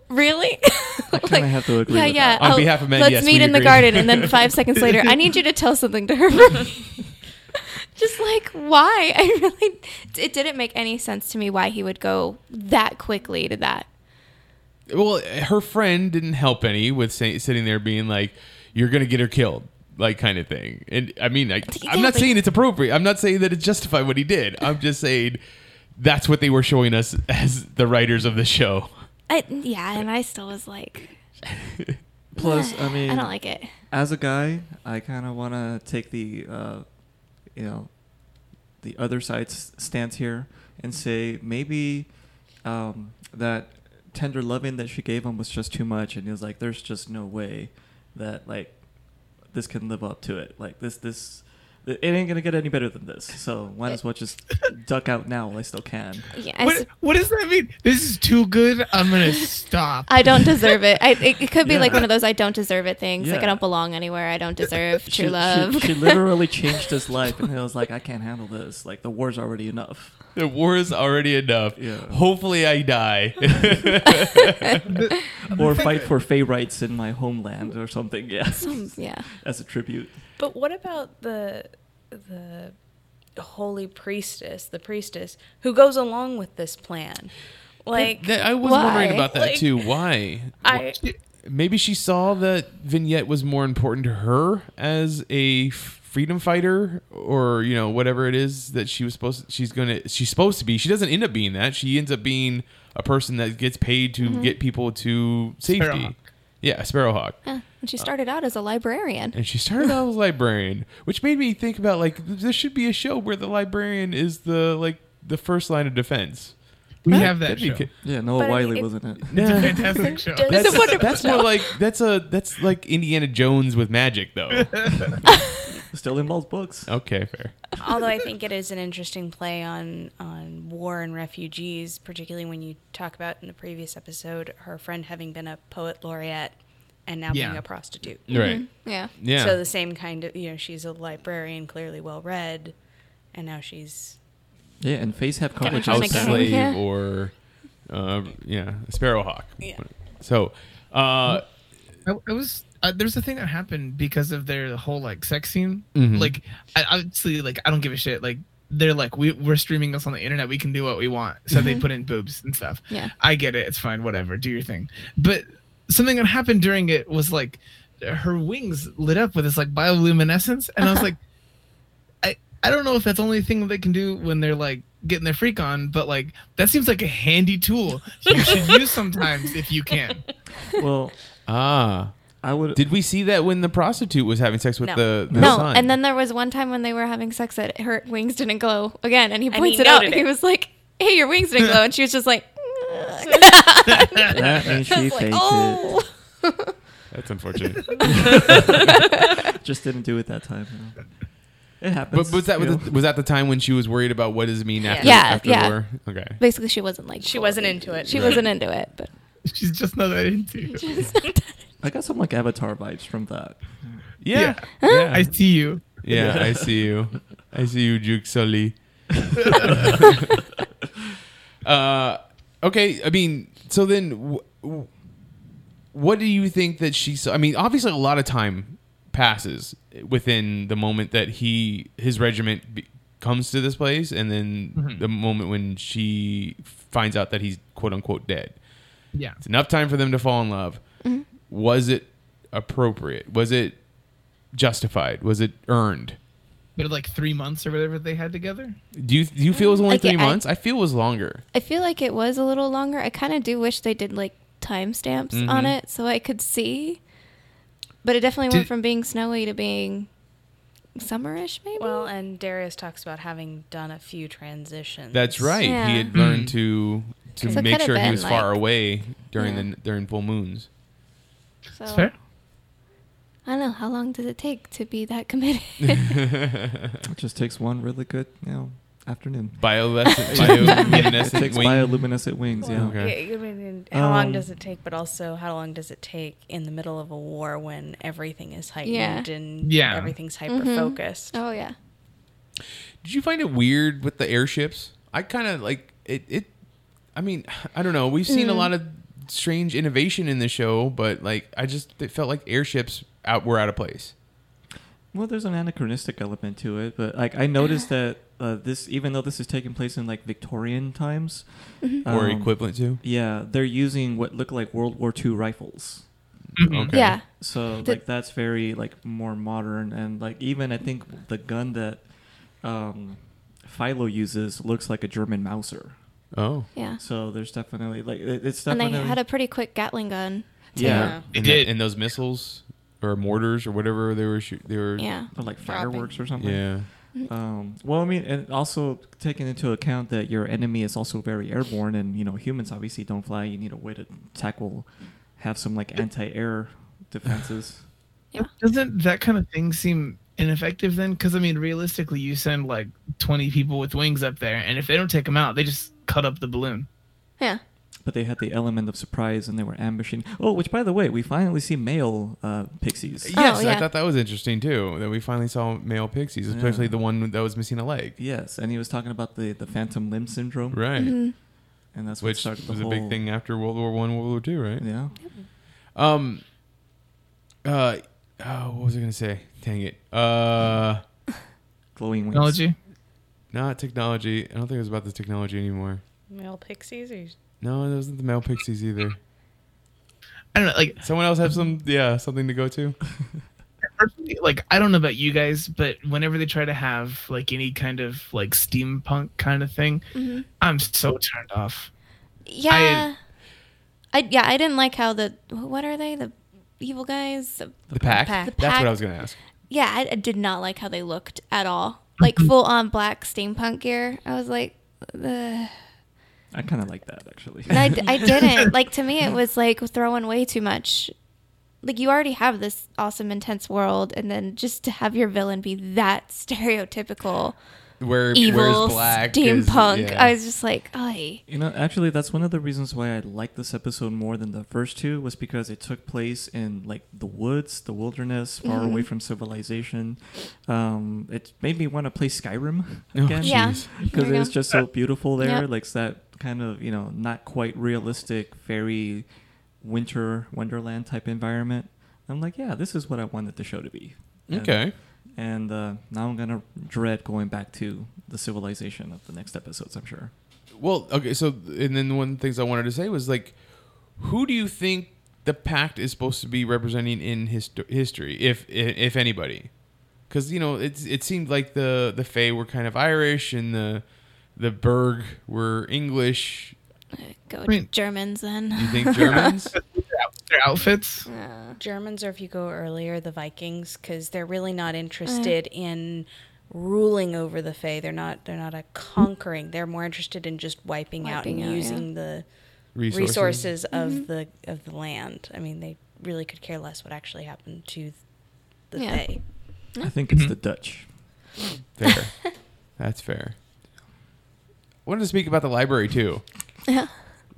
[SPEAKER 5] really?
[SPEAKER 4] I kind of
[SPEAKER 5] Like,
[SPEAKER 4] have to agree.
[SPEAKER 5] yeah,
[SPEAKER 4] with
[SPEAKER 5] yeah.
[SPEAKER 4] that.
[SPEAKER 3] On
[SPEAKER 5] oh,
[SPEAKER 3] behalf of men,
[SPEAKER 5] let's
[SPEAKER 3] yes,
[SPEAKER 5] meet
[SPEAKER 3] we
[SPEAKER 5] in the
[SPEAKER 3] agree.
[SPEAKER 5] garden, and then five seconds later, I need you to tell something to her. For me. Just like why? I really it didn't make any sense to me why he would go that quickly to that.
[SPEAKER 3] well her friend didn't help any with say, sitting there being like you're gonna get her killed like kind of thing and i mean I,
[SPEAKER 5] Yeah,
[SPEAKER 3] i'm not
[SPEAKER 5] but-
[SPEAKER 3] saying it's appropriate i'm not saying that it justified what he did i'm just saying that's what they were showing us as the writers of the show
[SPEAKER 5] I, yeah, and I still was like,
[SPEAKER 4] Plus, I mean,
[SPEAKER 5] I don't like it.
[SPEAKER 4] as a guy, I kind of want to take the, uh, you know, the other side's stance here and say maybe um, that tender loving that she gave him was just too much, and he was like, "There's just no way that like this can live up to it. Like this, this, it ain't gonna get any better than this. So might as well just duck out now while I still can."
[SPEAKER 5] Yeah, I,
[SPEAKER 6] What,
[SPEAKER 5] s-
[SPEAKER 6] what does that mean? This is too good. I'm gonna stop.
[SPEAKER 5] I don't deserve it. I, it, it could be like
[SPEAKER 4] Yeah.
[SPEAKER 5] one of those I don't deserve it things. Like I
[SPEAKER 4] Yeah.
[SPEAKER 5] don't belong anywhere. I don't deserve
[SPEAKER 4] She-
[SPEAKER 5] true love.
[SPEAKER 4] She, she literally changed his life, and he was like, "I can't handle this. Like the war's already enough."
[SPEAKER 3] the war is already enough
[SPEAKER 4] Yeah.
[SPEAKER 3] hopefully i die
[SPEAKER 4] or fight for Fey rights in my homeland or something. Yeah,
[SPEAKER 5] yeah.
[SPEAKER 4] as a tribute.
[SPEAKER 7] But what about the the holy priestess, the priestess who goes along with this plan? Like
[SPEAKER 3] That- i was
[SPEAKER 5] Why?
[SPEAKER 3] wondering about that
[SPEAKER 7] Like,
[SPEAKER 3] too why
[SPEAKER 7] I
[SPEAKER 3] maybe she saw that vignette was more important to her as a freedom fighter or you know whatever it is that she was supposed she's gonna she's supposed to be she doesn't end up being that she ends up being a person that gets paid to get people to safety
[SPEAKER 6] Sparrowhawk.
[SPEAKER 3] yeah a sparrowhawk
[SPEAKER 5] Yeah. And she started out as a librarian.
[SPEAKER 3] and she started out as a librarian which made me think about like there should be a show where the librarian is the like the first line of defense
[SPEAKER 6] we have that
[SPEAKER 3] That'd be
[SPEAKER 6] show.
[SPEAKER 3] ki-
[SPEAKER 4] Yeah, Noah
[SPEAKER 7] But I
[SPEAKER 4] Wiley
[SPEAKER 7] mean, it-
[SPEAKER 4] wasn't it?
[SPEAKER 3] Yeah.
[SPEAKER 6] Fantastic show.
[SPEAKER 7] Does-
[SPEAKER 3] That's,
[SPEAKER 7] It's a wonderful
[SPEAKER 3] that's more like that's a that's like Indiana Jones with magic though.
[SPEAKER 4] Still involves books.
[SPEAKER 3] Okay, fair.
[SPEAKER 7] Although I think it is an interesting play on on war and refugees, particularly when you talk about in the previous episode her friend having been a poet laureate and now being
[SPEAKER 6] Yeah.
[SPEAKER 7] a prostitute.
[SPEAKER 3] Right.
[SPEAKER 5] Yeah.
[SPEAKER 3] Yeah.
[SPEAKER 7] So the same kind of you know she's a librarian, clearly well read, and now she's
[SPEAKER 4] Yeah, and face have college
[SPEAKER 5] House
[SPEAKER 3] house
[SPEAKER 5] Mechanic.
[SPEAKER 3] slave
[SPEAKER 5] Yeah.
[SPEAKER 3] or uh, yeah, a sparrowhawk.
[SPEAKER 7] Yeah.
[SPEAKER 3] So, uh,
[SPEAKER 6] I, I was uh, there's a thing that happened because of their whole like sex scene.
[SPEAKER 3] Mhm.
[SPEAKER 6] Like I, obviously, like I don't give a shit. Like they're like we we're streaming this on the internet. We can do what we want. So they put in boobs and stuff.
[SPEAKER 5] Yeah.
[SPEAKER 6] I get it. It's fine. Whatever. Do your thing. But something that happened during it was like her wings lit up with this like bioluminescence, and I was like, I I don't know if that's the only thing they can do when they're like getting their freak on, but like that seems like a handy tool you should use sometimes if you can.
[SPEAKER 4] Well,
[SPEAKER 3] ah,
[SPEAKER 4] I would.
[SPEAKER 3] did we see that when the prostitute was having sex with
[SPEAKER 7] No.
[SPEAKER 3] the, the
[SPEAKER 5] No,
[SPEAKER 3] son?
[SPEAKER 5] and then there was one time when they were having sex that her wings didn't glow again, and he
[SPEAKER 7] And
[SPEAKER 5] points
[SPEAKER 7] he
[SPEAKER 5] it out.
[SPEAKER 7] noted
[SPEAKER 5] He
[SPEAKER 7] it.
[SPEAKER 5] was like, "Hey, your wings didn't glow," and she was just like,
[SPEAKER 4] that and she
[SPEAKER 5] "It's like,
[SPEAKER 4] faked
[SPEAKER 5] oh."
[SPEAKER 3] that's unfortunate.
[SPEAKER 4] it. Just didn't do it that time. you know. It happens.
[SPEAKER 3] but was that
[SPEAKER 4] you
[SPEAKER 3] was,
[SPEAKER 4] know.
[SPEAKER 3] the, was that the time when she was worried about what does it mean after
[SPEAKER 5] Yeah.
[SPEAKER 3] after
[SPEAKER 5] Yeah,
[SPEAKER 3] the
[SPEAKER 5] yeah.
[SPEAKER 3] war? Okay.
[SPEAKER 5] Basically, she wasn't like
[SPEAKER 7] she
[SPEAKER 5] fully-
[SPEAKER 7] wasn't into it.
[SPEAKER 5] She wasn't into it, but
[SPEAKER 6] She's just not that into. it.
[SPEAKER 4] I got some like Avatar vibes from that.
[SPEAKER 3] Yeah. Yeah.
[SPEAKER 6] I
[SPEAKER 3] I,
[SPEAKER 6] see you.
[SPEAKER 3] yeah, I see you. I see you, Juke Sully. uh, okay. I mean, so then, wh- wh- what do you think that she saw? I mean, obviously, a lot of time passes within the moment that he his regiment be, comes to this place, and then the moment when she finds out that he's quote unquote dead.
[SPEAKER 6] Yeah.
[SPEAKER 3] It's enough time for them to fall in love. Was it appropriate? Was it justified? Was it earned?
[SPEAKER 6] But like three months or whatever they had together.
[SPEAKER 3] Do you do you feel it was only
[SPEAKER 5] Like,
[SPEAKER 3] three
[SPEAKER 5] I-
[SPEAKER 3] months? I feel it was longer.
[SPEAKER 5] I feel like it was a little longer. I kind of do wish they did like timestamps
[SPEAKER 6] Mm-hmm.
[SPEAKER 5] on it so I could see, but it definitely went
[SPEAKER 6] Did-
[SPEAKER 5] from being snowy to being summerish, maybe.
[SPEAKER 7] Well, and Darius talks about having done a few transitions.
[SPEAKER 3] That's right. He
[SPEAKER 5] Yeah.
[SPEAKER 3] had learned to to
[SPEAKER 5] So it
[SPEAKER 3] make
[SPEAKER 5] could've
[SPEAKER 3] sure he
[SPEAKER 5] been,
[SPEAKER 3] was far
[SPEAKER 5] like-
[SPEAKER 3] away during
[SPEAKER 5] Yeah.
[SPEAKER 3] the during full moons.
[SPEAKER 5] so,
[SPEAKER 6] That's fair.
[SPEAKER 5] I don't know how long does it take to be that committed.
[SPEAKER 4] It just takes one really good, you know, afternoon.
[SPEAKER 3] Bioluminescent,
[SPEAKER 4] It
[SPEAKER 3] bioluminescent
[SPEAKER 4] takes
[SPEAKER 3] wing.
[SPEAKER 4] bioluminescent wings. Yeah.
[SPEAKER 3] Okay.
[SPEAKER 7] Yeah, I mean, how long
[SPEAKER 4] Um,
[SPEAKER 7] does it take? But also, how long does it take in the middle of a war when everything is heightened
[SPEAKER 5] Yeah.
[SPEAKER 7] and
[SPEAKER 6] Yeah.
[SPEAKER 7] everything's hyper focused?
[SPEAKER 5] oh yeah,
[SPEAKER 3] Did you find it weird with the airships? I kind of like it. It. I mean, I don't know. We've seen
[SPEAKER 5] Mm.
[SPEAKER 3] a lot of strange innovation in the show, but like, I just it felt like airships out were out of place.
[SPEAKER 4] Well, there's an anachronistic element to it, but like I noticed that uh, this, even though this is taking place in like Victorian times,
[SPEAKER 5] Mm-hmm.
[SPEAKER 3] or
[SPEAKER 4] um,
[SPEAKER 3] equivalent to.
[SPEAKER 4] Yeah, they're using what look like World War II rifles.
[SPEAKER 6] Mm-hmm.
[SPEAKER 3] Okay.
[SPEAKER 5] yeah.
[SPEAKER 4] So
[SPEAKER 5] The-
[SPEAKER 4] like that's very like more modern and like even I think the gun that um, Philo uses looks like a German Mauser.
[SPEAKER 3] Oh.
[SPEAKER 5] Yeah.
[SPEAKER 4] So there's definitely like it- it's
[SPEAKER 5] And they
[SPEAKER 4] definitely
[SPEAKER 5] had a pretty quick Gatling gun.
[SPEAKER 4] yeah,
[SPEAKER 7] Yeah.
[SPEAKER 6] It
[SPEAKER 3] and
[SPEAKER 6] did.
[SPEAKER 3] and those missiles or mortars or whatever they were. Shoot, they were.
[SPEAKER 5] Yeah.
[SPEAKER 4] Or, like
[SPEAKER 7] Dropping.
[SPEAKER 4] fireworks or something.
[SPEAKER 3] Yeah.
[SPEAKER 4] Um, well, I mean, and also taking into account that your enemy is also very airborne, and you know humans obviously don't fly. You need a way to tackle, have some like anti-air defenses.
[SPEAKER 6] Doesn't that kind of thing seem ineffective then? Because I mean, realistically, you send like 20 people with wings up there, and if they don't take them out, they just cut up the balloon.
[SPEAKER 5] Yeah.
[SPEAKER 4] But they had the element of surprise, and they were ambushing. Oh, which by the way, we finally see male uh, pixies.
[SPEAKER 3] Yes, I
[SPEAKER 5] Oh, yeah.
[SPEAKER 3] thought that was interesting too. That we finally saw male pixies, especially the one that was missing a leg.
[SPEAKER 4] Yes, and he was talking about the, the phantom limb syndrome,
[SPEAKER 3] Right.
[SPEAKER 5] Mm-hmm.
[SPEAKER 4] and that's what
[SPEAKER 3] Which
[SPEAKER 4] started
[SPEAKER 3] was
[SPEAKER 4] the
[SPEAKER 3] a
[SPEAKER 4] whole,
[SPEAKER 3] big thing after World War One, World War Two, right?
[SPEAKER 4] Yeah,
[SPEAKER 3] Um. Uh. Oh, what was I gonna say? Dang it. Uh.
[SPEAKER 4] glowing wings.
[SPEAKER 6] Technology.
[SPEAKER 3] Not technology. I don't think it was about the technology anymore.
[SPEAKER 7] Male pixies? Or you-
[SPEAKER 3] No, it wasn't the male pixies either.
[SPEAKER 6] I don't know. Like,
[SPEAKER 3] Someone else have some, yeah, something to go to.
[SPEAKER 6] personally, like I don't know about you guys, but whenever they try to have like any kind of like steampunk kind of thing,
[SPEAKER 5] Mm-hmm.
[SPEAKER 6] I'm so turned off.
[SPEAKER 5] Yeah. I, yeah, I didn't like how the what are they? The evil guys? The-
[SPEAKER 3] The pack.
[SPEAKER 5] Pack. The
[SPEAKER 3] That's what
[SPEAKER 5] pack.
[SPEAKER 3] I was gonna ask.
[SPEAKER 5] Yeah, I, I did not like how they looked at all. Like full on black steampunk gear. I was like, Ugh.
[SPEAKER 4] I kind of like that actually.
[SPEAKER 5] And I, I didn't. Like to me, it was like throwing way too much like you already have this awesome intense world and then just to have your villain be that stereotypical
[SPEAKER 8] Where
[SPEAKER 5] evil
[SPEAKER 8] wears black is-
[SPEAKER 5] steampunk
[SPEAKER 8] yeah.
[SPEAKER 5] i was just like ay
[SPEAKER 4] You know, actually, that's one of the reasons why I liked this episode more than the first two was because it took place in like the woods, the wilderness, far away from civilization. Um, it made me want to play Skyrim again
[SPEAKER 5] Oh, yeah
[SPEAKER 4] because
[SPEAKER 5] There we
[SPEAKER 4] it's
[SPEAKER 5] go.
[SPEAKER 4] just so beautiful there.
[SPEAKER 5] Yep.
[SPEAKER 4] Like it's that kind of you know not quite realistic fairy winter wonderland type environment. I'm like, yeah, this is what I wanted the show to be. And-
[SPEAKER 3] Okay.
[SPEAKER 4] And uh, now I'm gonna dread going back to the civilization of the next episodes. I'm sure.
[SPEAKER 3] Well, okay. So, and then one of the things I wanted to say was like, who do you think the pact is supposed to be representing in histo- history, if if anybody? Because you know, it's it seemed like the the Fae were kind of Irish and the the Berg were English.
[SPEAKER 5] go
[SPEAKER 6] mean-
[SPEAKER 5] germans then
[SPEAKER 3] Do you think Germans?
[SPEAKER 6] Their outfits.
[SPEAKER 7] Germans, or if you go earlier, the Vikings, because they're really not interested in ruling over the Fae. They're not. They're not a conquering. They're more interested in just Mm. wiping, out Mm-hmm. and
[SPEAKER 5] Wiping out, yeah.
[SPEAKER 7] using the resources of the of the land. I mean, they really could care less what actually happened to the
[SPEAKER 5] Yeah.
[SPEAKER 7] Fae.
[SPEAKER 4] I think it's the Dutch.
[SPEAKER 3] Fair. That's fair. I wanted to speak about the library too.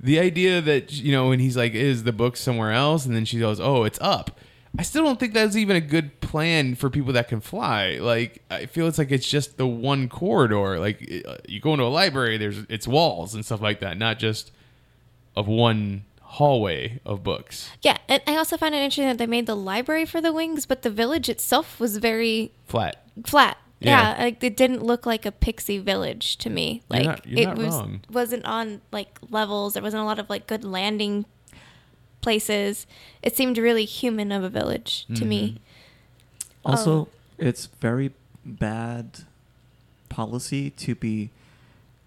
[SPEAKER 3] the idea that you know, and he's like, "Is the book somewhere else?" And then she goes, "Oh, it's up." I still don't think that's even a good plan for people that can fly. Like, I feel it's like it's just the one corridor. Like, it- uh, you go into a library, there's it's walls and stuff like that, not just of one hallway of books.
[SPEAKER 5] yeah and i also find it interesting that they made the library for the wings but the village itself was very
[SPEAKER 3] Flat.
[SPEAKER 5] flat.
[SPEAKER 3] Yeah.
[SPEAKER 5] Yeah. like it didn't look like a pixie village to me.
[SPEAKER 3] You're
[SPEAKER 5] Like
[SPEAKER 3] not- you're
[SPEAKER 5] it
[SPEAKER 3] not
[SPEAKER 5] was
[SPEAKER 3] wrong.
[SPEAKER 5] wasn't on like levels. There wasn't a lot of like good landing places. It seemed really human of a village to
[SPEAKER 3] Mm-hmm.
[SPEAKER 5] me.
[SPEAKER 4] Also,
[SPEAKER 5] Oh.
[SPEAKER 4] it's very bad policy to be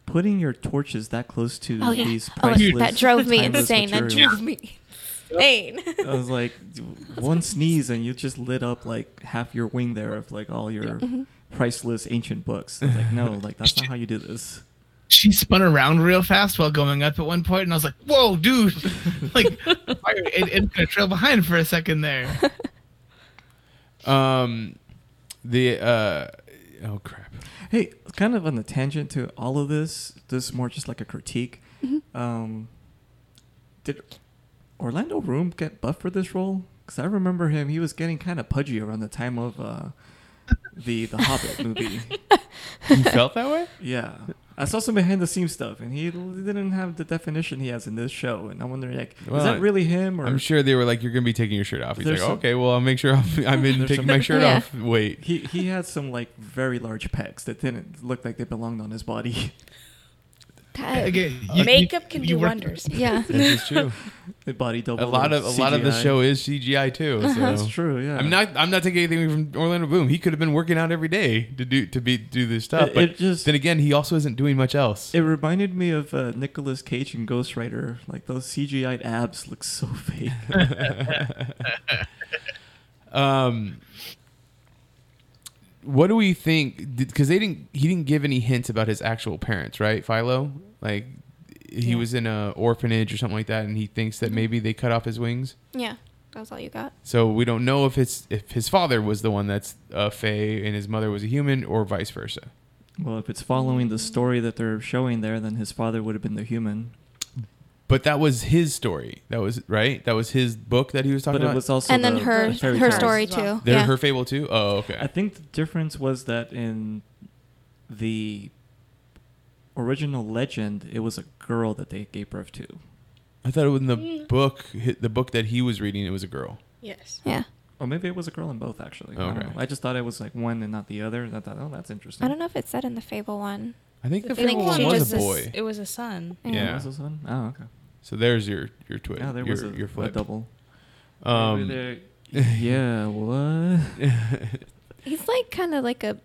[SPEAKER 4] putting your torches that close to
[SPEAKER 5] Oh yeah,
[SPEAKER 4] these
[SPEAKER 5] oh,
[SPEAKER 4] priceless.
[SPEAKER 5] that drove me
[SPEAKER 4] timeless
[SPEAKER 5] insane. That
[SPEAKER 4] materials.
[SPEAKER 5] drove me insane.
[SPEAKER 4] I was like, one sneeze and you just lit up like half your wing there of like all your
[SPEAKER 5] Mm-hmm.
[SPEAKER 4] priceless ancient books. I was like, no, like that's not how you do this.
[SPEAKER 6] She spun around real fast while going up at one point, and I was like, "Whoa, dude!" like, why- it, it's gonna trail behind for a second there.
[SPEAKER 3] Um, the uh, oh crap.
[SPEAKER 4] Hey, kind of on the tangent to all of this, this is more just like a critique. Um, did Orlando Room get buff for this role? Because I remember him; he was getting kind of pudgy around the time of uh, the the Hobbit movie.
[SPEAKER 3] You felt that way?
[SPEAKER 4] Yeah, I saw some behind the scenes stuff, and he l- didn't have the definition he has in this show. And I'm wondering, like,
[SPEAKER 3] Well,
[SPEAKER 4] is that really him? Or
[SPEAKER 3] I'm sure they were like, "You're gonna be taking your shirt off." He's
[SPEAKER 4] There's
[SPEAKER 3] like,
[SPEAKER 4] some-
[SPEAKER 3] "Okay, well, I'll make sure I'm, I'm in
[SPEAKER 4] There's
[SPEAKER 3] taking
[SPEAKER 4] some-
[SPEAKER 3] my shirt
[SPEAKER 5] Yeah.
[SPEAKER 3] off." Wait,
[SPEAKER 4] he he had some like very large pecs that didn't look like they belonged on his body.
[SPEAKER 5] That-
[SPEAKER 6] Again, Uh, you-
[SPEAKER 7] Makeup can
[SPEAKER 6] you
[SPEAKER 7] do
[SPEAKER 6] work-
[SPEAKER 7] wonders.
[SPEAKER 5] yeah.
[SPEAKER 3] this is true.
[SPEAKER 4] The body double.
[SPEAKER 3] A lot of a lot of the
[SPEAKER 4] CGI.
[SPEAKER 3] show is CGI too. So.
[SPEAKER 4] That's true. Yeah,
[SPEAKER 3] I'm not. I'm not taking anything away from Orlando Bloom. He could have been working out every day to do to be do this stuff.
[SPEAKER 4] It-
[SPEAKER 3] but
[SPEAKER 4] it just-
[SPEAKER 3] then again, he also isn't doing much else.
[SPEAKER 4] It reminded me of uh, Nicolas Cage and Ghost Rider. Like those CGI abs look so fake.
[SPEAKER 3] um, what do we think? Because they didn't. He didn't give any hints about his actual parents, right? Philo, like he
[SPEAKER 7] Yeah.
[SPEAKER 3] was in a orphanage or something like that, and he thinks that maybe they cut off his wings.
[SPEAKER 5] Yeah. That was all you got.
[SPEAKER 3] So we don't know if his if his father was the one that's a fae and his mother was a human, or vice versa.
[SPEAKER 4] well, if it's following the story that they're showing there, then his father would have been the human.
[SPEAKER 3] But that was his story. That was right. That was his book that he was talking
[SPEAKER 4] But it
[SPEAKER 3] about.
[SPEAKER 4] was also
[SPEAKER 5] and then
[SPEAKER 4] the-
[SPEAKER 5] her
[SPEAKER 4] the fairy
[SPEAKER 5] her
[SPEAKER 4] tale.
[SPEAKER 5] story
[SPEAKER 7] as well.
[SPEAKER 5] too.
[SPEAKER 3] They're
[SPEAKER 5] yeah.
[SPEAKER 3] her fable too. Oh, okay.
[SPEAKER 4] I think the difference was that in the original legend, it was a girl that they gave birth to.
[SPEAKER 3] I thought it was in the
[SPEAKER 5] Mm.
[SPEAKER 3] book. hi- The book that he was reading, it was a girl.
[SPEAKER 7] Yes.
[SPEAKER 5] yeah.
[SPEAKER 4] Or maybe it was a girl in both, actually. I, don't
[SPEAKER 3] Okay.
[SPEAKER 4] know. I just thought it was like one and not the other. And I thought, oh, that's interesting.
[SPEAKER 5] I don't know if it's said in the fable one.
[SPEAKER 3] I think the
[SPEAKER 5] think
[SPEAKER 3] fable one
[SPEAKER 5] she
[SPEAKER 3] was
[SPEAKER 5] just
[SPEAKER 3] a boy.
[SPEAKER 7] it was a son.
[SPEAKER 4] Oh,
[SPEAKER 3] yeah.
[SPEAKER 4] was this one? Oh, okay.
[SPEAKER 3] So there's your your twist.
[SPEAKER 4] Yeah, there
[SPEAKER 3] your,
[SPEAKER 4] was a,
[SPEAKER 3] your
[SPEAKER 4] a
[SPEAKER 3] flip.
[SPEAKER 4] double.
[SPEAKER 3] Um,
[SPEAKER 4] Maybe there- yeah, what?
[SPEAKER 5] He's like kind of like a.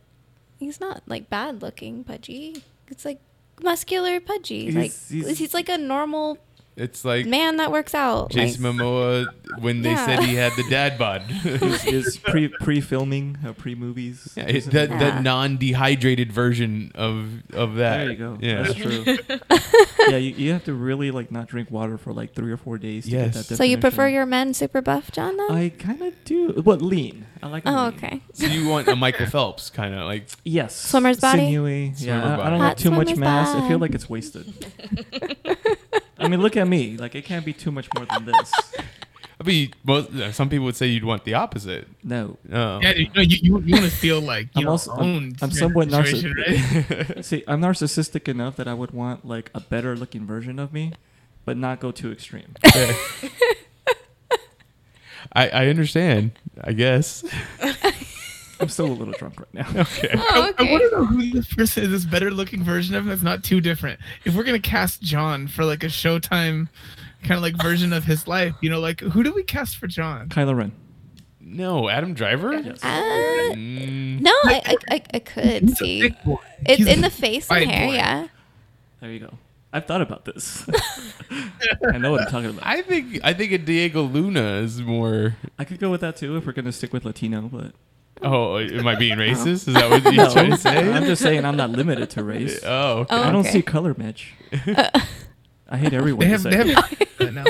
[SPEAKER 5] He's not like bad looking pudgy. It's like muscular pudgy.
[SPEAKER 4] He's-
[SPEAKER 5] like
[SPEAKER 4] he's-
[SPEAKER 5] he's, like a normal
[SPEAKER 3] It's like
[SPEAKER 5] Man, that works out.
[SPEAKER 3] Jason
[SPEAKER 5] Like,
[SPEAKER 3] Momoa when they
[SPEAKER 5] Yeah.
[SPEAKER 3] said he had the dad bod.
[SPEAKER 4] is, is pre pre filming uh, pre movies.
[SPEAKER 3] Yeah, it's that
[SPEAKER 5] Yeah.
[SPEAKER 3] that non dehydrated version of of that.
[SPEAKER 4] There you go.
[SPEAKER 3] Yeah.
[SPEAKER 4] That's true. yeah, you, you have to really like not drink water for like three or four days. To
[SPEAKER 3] Yes.
[SPEAKER 4] Get that
[SPEAKER 5] so you prefer
[SPEAKER 4] definition.
[SPEAKER 5] your men super buff, John? Then?
[SPEAKER 4] I kind of do, but lean. I like. 'em
[SPEAKER 5] oh,
[SPEAKER 4] lean.
[SPEAKER 5] okay.
[SPEAKER 3] So you want a Michael Phelps kind of like
[SPEAKER 4] Yes.
[SPEAKER 5] Swimmer's body?
[SPEAKER 4] Sinewy.
[SPEAKER 3] Swimmer
[SPEAKER 4] yeah. I- I
[SPEAKER 3] body.
[SPEAKER 4] don't
[SPEAKER 5] Hot
[SPEAKER 4] like too much
[SPEAKER 5] swimmer's
[SPEAKER 4] mass. I feel
[SPEAKER 5] body.
[SPEAKER 4] like it's wasted. I mean, look at me. Like it can't be too much more than this.
[SPEAKER 3] I mean, most some people would say you'd want the opposite.
[SPEAKER 4] No.
[SPEAKER 3] Oh.
[SPEAKER 6] Yeah, dude, no, you, you, you want to feel like
[SPEAKER 4] I'm
[SPEAKER 6] you're
[SPEAKER 4] also- I'm-
[SPEAKER 6] owned.
[SPEAKER 4] I'm
[SPEAKER 6] during
[SPEAKER 4] somewhat
[SPEAKER 6] the situation,
[SPEAKER 4] narcissistic.
[SPEAKER 6] right?
[SPEAKER 4] See, I'm narcissistic enough that I would want like a better looking version of me, but not go too extreme.
[SPEAKER 3] I, I understand. I guess.
[SPEAKER 4] I'm still a little drunk right now.
[SPEAKER 5] Oh,
[SPEAKER 6] I
[SPEAKER 5] okay.
[SPEAKER 6] want to know who this person is. This better looking version of him that's not too different. If we're gonna cast John for like a Showtime kind of like version of his life, you know, like who do we cast for John?
[SPEAKER 4] Kylo Ren.
[SPEAKER 3] No, Adam Driver.
[SPEAKER 5] Uh,
[SPEAKER 3] Mm,
[SPEAKER 5] no, I, I, I, I could see.
[SPEAKER 6] Big boy.
[SPEAKER 5] It's
[SPEAKER 6] He's
[SPEAKER 5] in
[SPEAKER 6] a
[SPEAKER 5] the face and
[SPEAKER 6] wide
[SPEAKER 5] hair,
[SPEAKER 6] boy.
[SPEAKER 5] yeah.
[SPEAKER 4] There you go. I've thought about this. I know what I'm talking about. I,
[SPEAKER 3] I think I think a Diego Luna is more.
[SPEAKER 4] could go with that too if we're gonna stick with Latino, but
[SPEAKER 3] Oh, am I being racist? Is that what you're trying to
[SPEAKER 4] I'm
[SPEAKER 3] say?
[SPEAKER 4] just saying I'm not limited to race.
[SPEAKER 3] Oh, okay.
[SPEAKER 5] Oh, uh,
[SPEAKER 4] I don't
[SPEAKER 5] okay.
[SPEAKER 4] see color, Mitch. I hate everyone.
[SPEAKER 6] They
[SPEAKER 4] the
[SPEAKER 6] have, they
[SPEAKER 4] same.
[SPEAKER 6] have right now.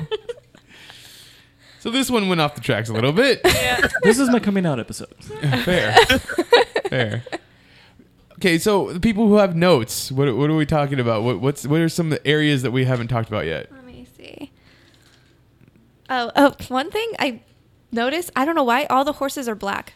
[SPEAKER 3] so this one went off the tracks a little bit.
[SPEAKER 4] this is my coming out episode.
[SPEAKER 3] Fair. Fair. Okay, so the people who have notes, what, what are we talking about? What, what's what are some of the areas that we haven't talked about yet?
[SPEAKER 5] Let me see. Oh, oh, one thing I noticed, I don't know why all the horses are black.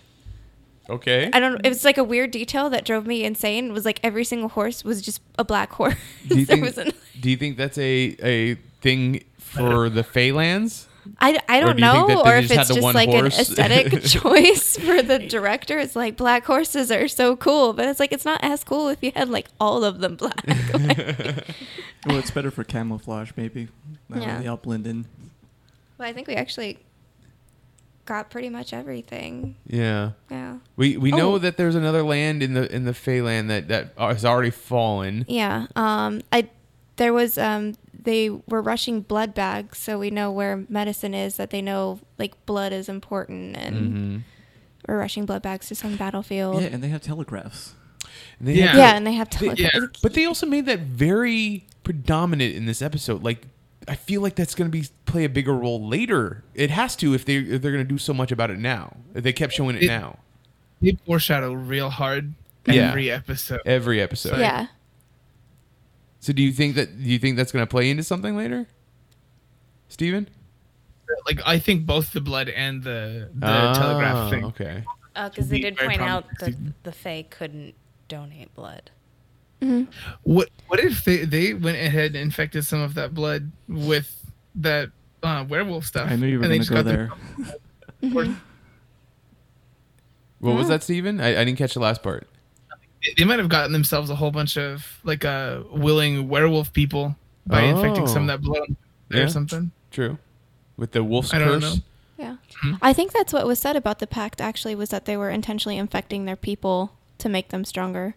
[SPEAKER 3] Okay.
[SPEAKER 5] I don't. It was like a weird detail that drove me insane. Was like every single horse was just a black horse.
[SPEAKER 3] Do you
[SPEAKER 5] there
[SPEAKER 3] think,
[SPEAKER 5] wasn't.
[SPEAKER 3] do you think that's a, a thing for the Phalanx?
[SPEAKER 5] I, I
[SPEAKER 3] Or
[SPEAKER 5] don't
[SPEAKER 3] do you think
[SPEAKER 5] know,
[SPEAKER 3] that they
[SPEAKER 5] or if
[SPEAKER 3] just had
[SPEAKER 5] it's
[SPEAKER 3] the
[SPEAKER 5] just
[SPEAKER 3] one
[SPEAKER 5] like
[SPEAKER 3] horse?
[SPEAKER 5] an aesthetic choice for the director. It's like black horses are so cool, but it's like it's not as cool if you had like all of them black. Like,
[SPEAKER 4] Well, it's better for camouflage, maybe. That way
[SPEAKER 5] Yeah.
[SPEAKER 4] They all blend in.
[SPEAKER 5] well, I think we actually got pretty much everything.
[SPEAKER 3] Yeah.
[SPEAKER 5] Yeah,
[SPEAKER 3] We we know
[SPEAKER 5] Oh.
[SPEAKER 3] that there's another land in the in the Phalan that that has already fallen.
[SPEAKER 5] yeah. Um, I there was um they were rushing blood bags, so we know where medicine is. That they know like blood is important, and
[SPEAKER 3] Mm-hmm.
[SPEAKER 5] we're rushing blood bags to some battlefield.
[SPEAKER 4] Yeah,
[SPEAKER 5] Yeah,
[SPEAKER 4] and they have telegraphs.
[SPEAKER 6] Yeah.
[SPEAKER 5] and they have to.
[SPEAKER 3] They-
[SPEAKER 5] look
[SPEAKER 6] yeah.
[SPEAKER 3] But they also made that very predominant in this episode. Like, I feel like that's going to be play a bigger role later. It has to if they if they're going to do so much about it now. If They kept showing it,
[SPEAKER 6] It-
[SPEAKER 3] now
[SPEAKER 6] They foreshadow real hard
[SPEAKER 3] Yeah.
[SPEAKER 6] every episode.
[SPEAKER 3] every episode.
[SPEAKER 5] yeah.
[SPEAKER 3] So do you think that do you think that's going to play into something later, Steven?
[SPEAKER 6] Like I think both the blood and the, the
[SPEAKER 3] Ah,
[SPEAKER 6] telegraph thing.
[SPEAKER 3] Okay.
[SPEAKER 7] Because Uh, they
[SPEAKER 6] Be
[SPEAKER 7] did
[SPEAKER 6] very
[SPEAKER 7] point out that
[SPEAKER 6] promising.
[SPEAKER 7] the Fae couldn't donate blood.
[SPEAKER 6] What what if they, they went ahead and infected some of that blood with that uh, werewolf stuff?
[SPEAKER 4] I knew you were
[SPEAKER 6] and they
[SPEAKER 4] going to go
[SPEAKER 6] just got
[SPEAKER 4] there.
[SPEAKER 6] The,
[SPEAKER 3] What
[SPEAKER 5] Hmm?
[SPEAKER 3] was that, Steven? I, I didn't catch the last part.
[SPEAKER 6] they- they might have gotten themselves a whole bunch of like uh, willing werewolf people by infecting some of
[SPEAKER 3] Oh.
[SPEAKER 6] that blood
[SPEAKER 3] Yeah.
[SPEAKER 6] or something.
[SPEAKER 3] True. With the wolf's
[SPEAKER 6] I don't
[SPEAKER 3] curse.
[SPEAKER 6] know.
[SPEAKER 5] Yeah. I think that's what was said about the pact actually was that they were intentionally infecting their people to make them stronger.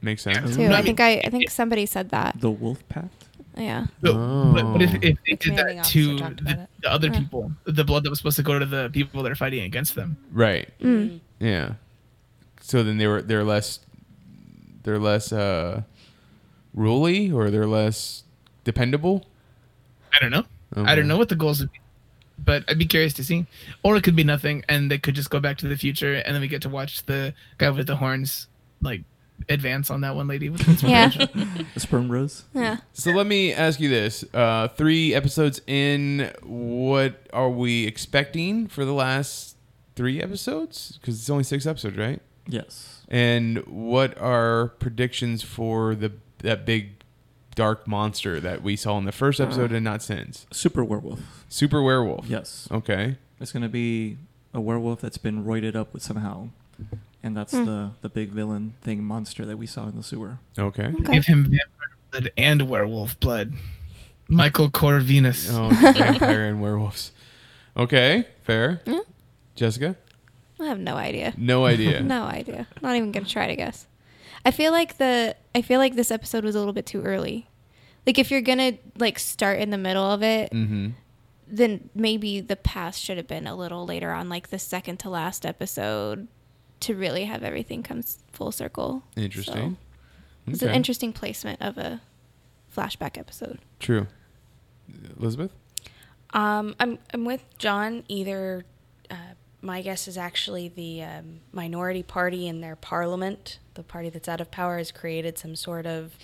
[SPEAKER 3] Makes sense.
[SPEAKER 5] Too.
[SPEAKER 6] No, I
[SPEAKER 5] I
[SPEAKER 6] mean-
[SPEAKER 5] think I, I think somebody said that.
[SPEAKER 4] The wolf pact.
[SPEAKER 5] Yeah.
[SPEAKER 6] But, but what if,
[SPEAKER 3] Oh.
[SPEAKER 6] if they
[SPEAKER 7] It's
[SPEAKER 6] did
[SPEAKER 7] Manning
[SPEAKER 6] that
[SPEAKER 7] also
[SPEAKER 6] to
[SPEAKER 7] talked about
[SPEAKER 6] the,
[SPEAKER 7] it.
[SPEAKER 6] the other people, the blood that was supposed to go to the people that are fighting against them?
[SPEAKER 3] Right. Yeah. So then they were they're less they're less uh ruly or they're less dependable.
[SPEAKER 6] I don't know. I don't know what the goals would be, but I'd be curious to see. Or it could be nothing, and they could just go back to the future, and then we get to watch the guy with the horns like advance on that one lady. With the
[SPEAKER 5] Yeah.
[SPEAKER 4] The sperm rose.
[SPEAKER 5] yeah.
[SPEAKER 3] So let me ask you this: uh, three episodes in, what are we expecting for the last three episodes? Because it's only six episodes, right?
[SPEAKER 4] Yes.
[SPEAKER 3] And what are predictions for the that big dark monster that we saw in the first episode and not since?
[SPEAKER 4] Super werewolf.
[SPEAKER 3] Super werewolf.
[SPEAKER 4] Yes.
[SPEAKER 3] Okay.
[SPEAKER 4] It's going to be a werewolf that's been roided up with somehow. And that's
[SPEAKER 5] Hmm.
[SPEAKER 4] the, the big villain thing monster that we saw in the sewer.
[SPEAKER 3] Okay.
[SPEAKER 6] Give him vampire blood and werewolf blood. Michael Corvinus.
[SPEAKER 3] Oh, vampire and werewolves. Okay, fair. Jessica,
[SPEAKER 5] I have no idea.
[SPEAKER 3] no idea.
[SPEAKER 5] No idea. Not even gonna try to guess. I feel like the I feel like this episode was a little bit too early. Like if you're gonna like start in the middle of it,
[SPEAKER 3] Mm-hmm.
[SPEAKER 5] then maybe the past should have been a little later on, like the second to last episode, to really have everything come s- full circle.
[SPEAKER 3] Interesting.
[SPEAKER 5] So, It's an
[SPEAKER 3] Okay.
[SPEAKER 5] interesting placement of a flashback episode.
[SPEAKER 3] True. Elizabeth?
[SPEAKER 7] Um, I'm I'm with John. Either uh, my guess is actually the um, minority party in their parliament, the party that's out of power, has created some sort of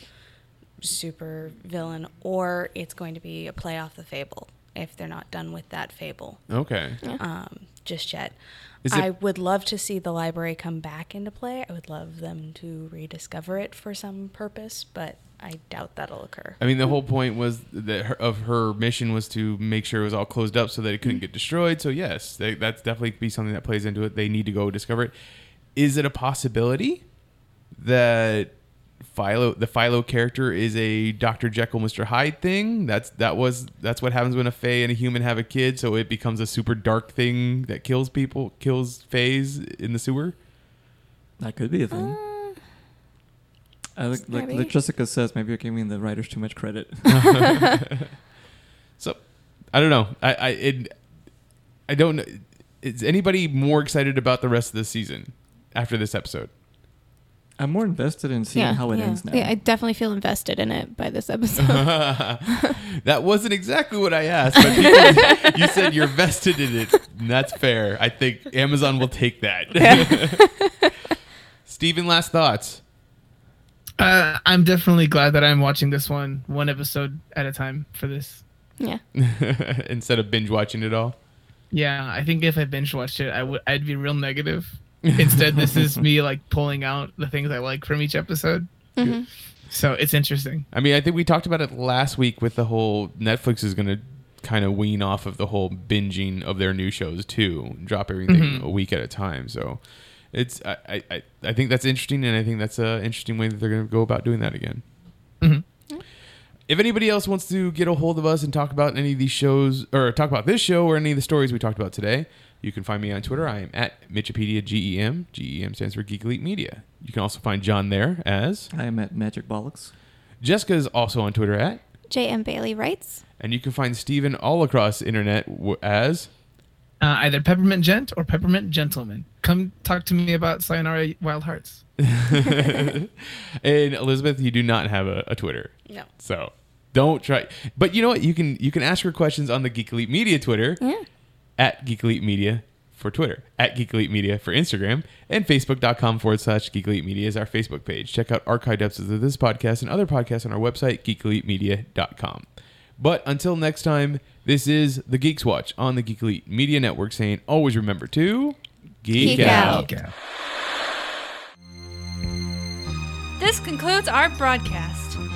[SPEAKER 7] super villain, or it's going to be a play off the fable if they're not done with that fable
[SPEAKER 3] Okay.
[SPEAKER 7] um, just yet.
[SPEAKER 3] Is it-
[SPEAKER 7] I would love to see the library come back into play. I would love them to rediscover it for some purpose, but I doubt that'll occur.
[SPEAKER 3] I mean, the whole point was that her, of her mission was to make sure it was all closed up so that it couldn't get destroyed. So yes, they, that's definitely be something that plays into it. They need to go discover it. Is it a possibility that Philo, the Philo character, is a Doctor Jekyll, Mister Hyde thing? That's that was that's what happens when a Fae and a human have a kid. So it becomes a super dark thing that kills people, kills Faes in the sewer.
[SPEAKER 4] That could be a thing. I look, like,
[SPEAKER 5] Uh, maybe.
[SPEAKER 4] like Jessica says, maybe you're giving the writers too much credit.
[SPEAKER 3] So I don't know. I I it, I don't. know. Is anybody more excited about the rest of the season after this episode?
[SPEAKER 4] I'm more invested in seeing
[SPEAKER 5] Yeah,
[SPEAKER 4] how it
[SPEAKER 7] yeah.
[SPEAKER 4] ends now.
[SPEAKER 5] Yeah, I definitely feel invested in it by this episode.
[SPEAKER 3] that wasn't exactly what I asked. But people, you said you're vested in it, and that's fair. I think Amazon will take that. Steven, last thoughts.
[SPEAKER 6] Uh, I'm definitely glad that I'm watching this one one episode at a time for this.
[SPEAKER 5] yeah.
[SPEAKER 3] Instead of binge watching it all.
[SPEAKER 6] Yeah, I think if I binge watched it, I would I'd be real negative. Instead, this is me like pulling out the things I like from each episode. So it's interesting.
[SPEAKER 3] I mean, I think we talked about it last week with the whole Netflix is going to kind of wean off of the whole binging of their new shows too, and drop everything a week at a time. So it's I, I- I I think that's interesting, and I think that's an interesting way that they're going to go about doing that again.
[SPEAKER 6] Mm-hmm.
[SPEAKER 3] If anybody else wants to get a hold of us and talk about any of these shows or talk about this show or any of the stories we talked about today, you can find me on Twitter. I am at Mitchipedia E GEM. GEM stands for Geek Elite Media. You can also find John there as
[SPEAKER 4] I am at Magic Bollocks.
[SPEAKER 3] Jessica is also on Twitter at
[SPEAKER 5] J.M. Bailey writes,
[SPEAKER 3] and you can find Steven all across the internet w- as
[SPEAKER 6] Uh, either peppermint gent or peppermint gentleman. Come talk to me about Sayonara Wild Hearts.
[SPEAKER 3] and Elizabeth, you do not have a, a Twitter.
[SPEAKER 7] No.
[SPEAKER 3] So don't try but you know what? You can you can ask her questions on the Geek Elite Media Twitter
[SPEAKER 5] yeah.
[SPEAKER 3] at Geek Elite Media for Twitter, at Geek Elite Media for Instagram, and Facebook.com forward slash Geek Elite Media is our Facebook page. Check out archived episodes of this podcast and other podcasts on our website, geekelitemedia.com. But until next time, this is the Geeks Watch on the Geek Elite Media Network saying always remember to
[SPEAKER 5] Geek out.
[SPEAKER 6] Yeah.
[SPEAKER 1] This concludes our broadcast.